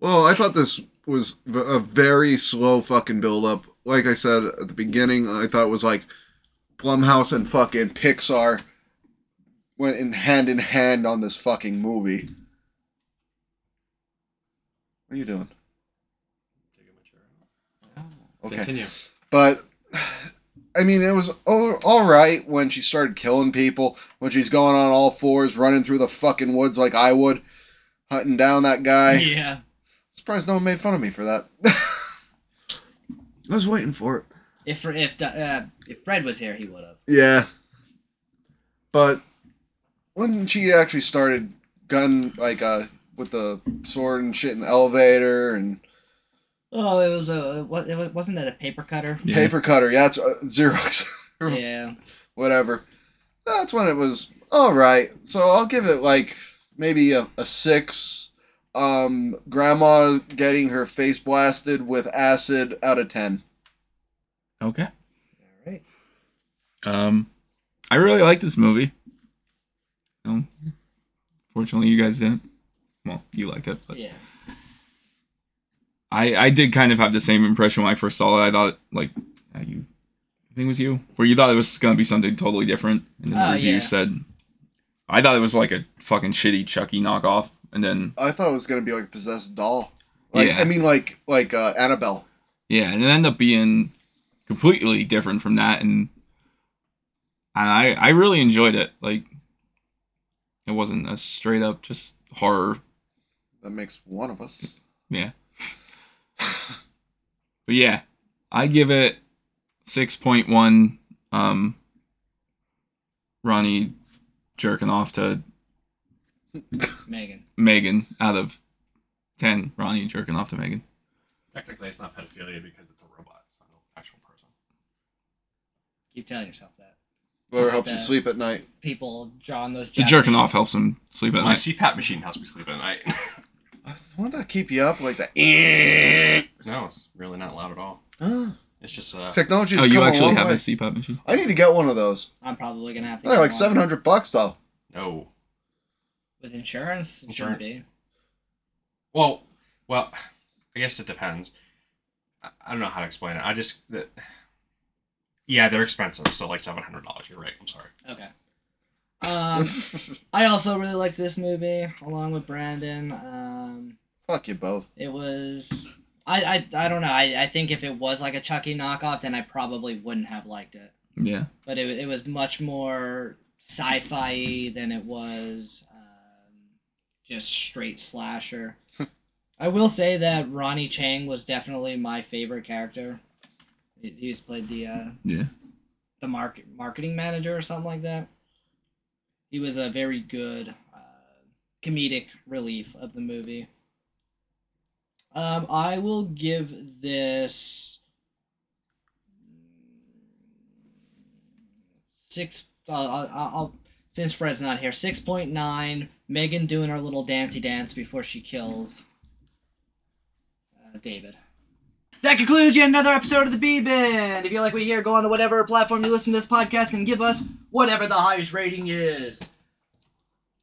Speaker 6: Well, I thought this was v- a very slow fucking build up. Like I said at the beginning, I thought it was like Blumhouse and fucking Pixar went in hand in hand on this fucking movie. What are you doing? Okay.
Speaker 4: Continue.
Speaker 6: But I mean, it was all, all right when she started killing people, when she's going on all fours, running through the fucking woods like I would, hunting down that guy.
Speaker 3: yeah.
Speaker 6: Surprised no one made fun of me for that. I was waiting for it.
Speaker 3: If if uh, if Fred was here, he would have.
Speaker 6: Yeah. But when she actually started gun like uh with the sword and shit in the elevator and
Speaker 3: Oh, it was a what? It was, wasn't that a paper cutter?
Speaker 5: Yeah.
Speaker 6: paper cutter, yeah, it's uh, Xerox,
Speaker 3: Yeah.
Speaker 6: whatever. That's when it was all right. So I'll give it like maybe a, a six. Um, grandma getting her face blasted with acid out of ten.
Speaker 5: Okay.
Speaker 3: All right.
Speaker 5: Um, I really like this movie. Um, fortunately, you guys didn't. Well, you liked it, but
Speaker 3: Yeah.
Speaker 5: I I did kind of have the same impression when I first saw it. I thought like uh, you, I think it was you, where you thought it was gonna be something totally different, and then the
Speaker 3: Oh,
Speaker 5: review
Speaker 3: yeah.
Speaker 5: said, I thought it was like a fucking shitty Chucky knockoff, and then
Speaker 6: I thought it was gonna be like a possessed doll. Like
Speaker 5: Yeah.
Speaker 6: I mean, like like uh, Annabelle.
Speaker 5: Yeah, and it ended up being completely different from that, and I I really enjoyed it. Like, it wasn't a straight up just horror.
Speaker 6: That makes one of us.
Speaker 5: Yeah, but yeah, I give it six point one. Um, Ronnie jerking off to
Speaker 3: Megan.
Speaker 5: Megan out of ten. Ronnie jerking off to Megan.
Speaker 4: Technically, it's not pedophilia because it's a robot. It's not an actual person.
Speaker 3: Keep telling yourself that.
Speaker 6: Whatever
Speaker 3: Like
Speaker 6: helps you
Speaker 3: that.
Speaker 6: sleep at night.
Speaker 3: People drawing those.
Speaker 5: The
Speaker 3: Japanese-
Speaker 5: jerking off helps him sleep at
Speaker 4: My
Speaker 5: night.
Speaker 4: CPAP machine helps me sleep at night.
Speaker 6: I want that keep you up like eh? that.
Speaker 4: no, it's really not loud at all. It's just uh,
Speaker 6: Technology
Speaker 5: Oh,
Speaker 6: has
Speaker 5: you
Speaker 6: come a
Speaker 5: actually
Speaker 6: long
Speaker 5: have
Speaker 6: way.
Speaker 5: a CPAP machine?
Speaker 6: I need to get one of those.
Speaker 3: I'm probably gonna have to.
Speaker 6: They're
Speaker 3: get
Speaker 6: like
Speaker 3: one.
Speaker 6: seven hundred bucks though.
Speaker 4: no.
Speaker 3: with insurance. It shouldn't be.
Speaker 4: Well, well, I guess it depends. I, I don't know how to explain it. I just the, yeah, they're expensive. So like seven hundred dollars. You're right. I'm sorry.
Speaker 3: Okay. Um, I also really liked this movie along with Brandon. Um,
Speaker 6: Fuck you both.
Speaker 3: it was. I, I, I don't know. I, I think if it was like a Chucky knockoff, then I probably wouldn't have liked it.
Speaker 5: Yeah.
Speaker 3: But it, it was much more sci fi than it was um, just straight slasher. I will say that Ronnie Chang was definitely my favorite character. He- He's played the uh,
Speaker 5: Yeah.
Speaker 3: the market marketing manager or something like that. He was a very good uh, comedic relief of the movie. Um, I will give this six. uh, I'll, I'll, I'll since Fred's not here, six point nine. Megan doing her little dancey dance before she kills uh, David. That concludes yet another episode of the B Bin. If you like what you hear, go on to whatever platform you listen to this podcast and give us whatever the highest rating is.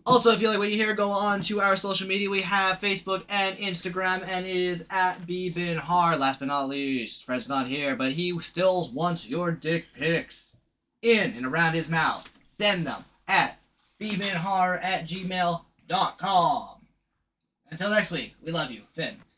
Speaker 3: Also, if you like what you hear, go on to our social media. We have Facebook and Instagram, and it is at B Bin Hard. Last but not least, Fred's not here, but he still wants your dick pics in and around his mouth. Send them at bbinhar at gmail.com. Until next week, we love you, Finn.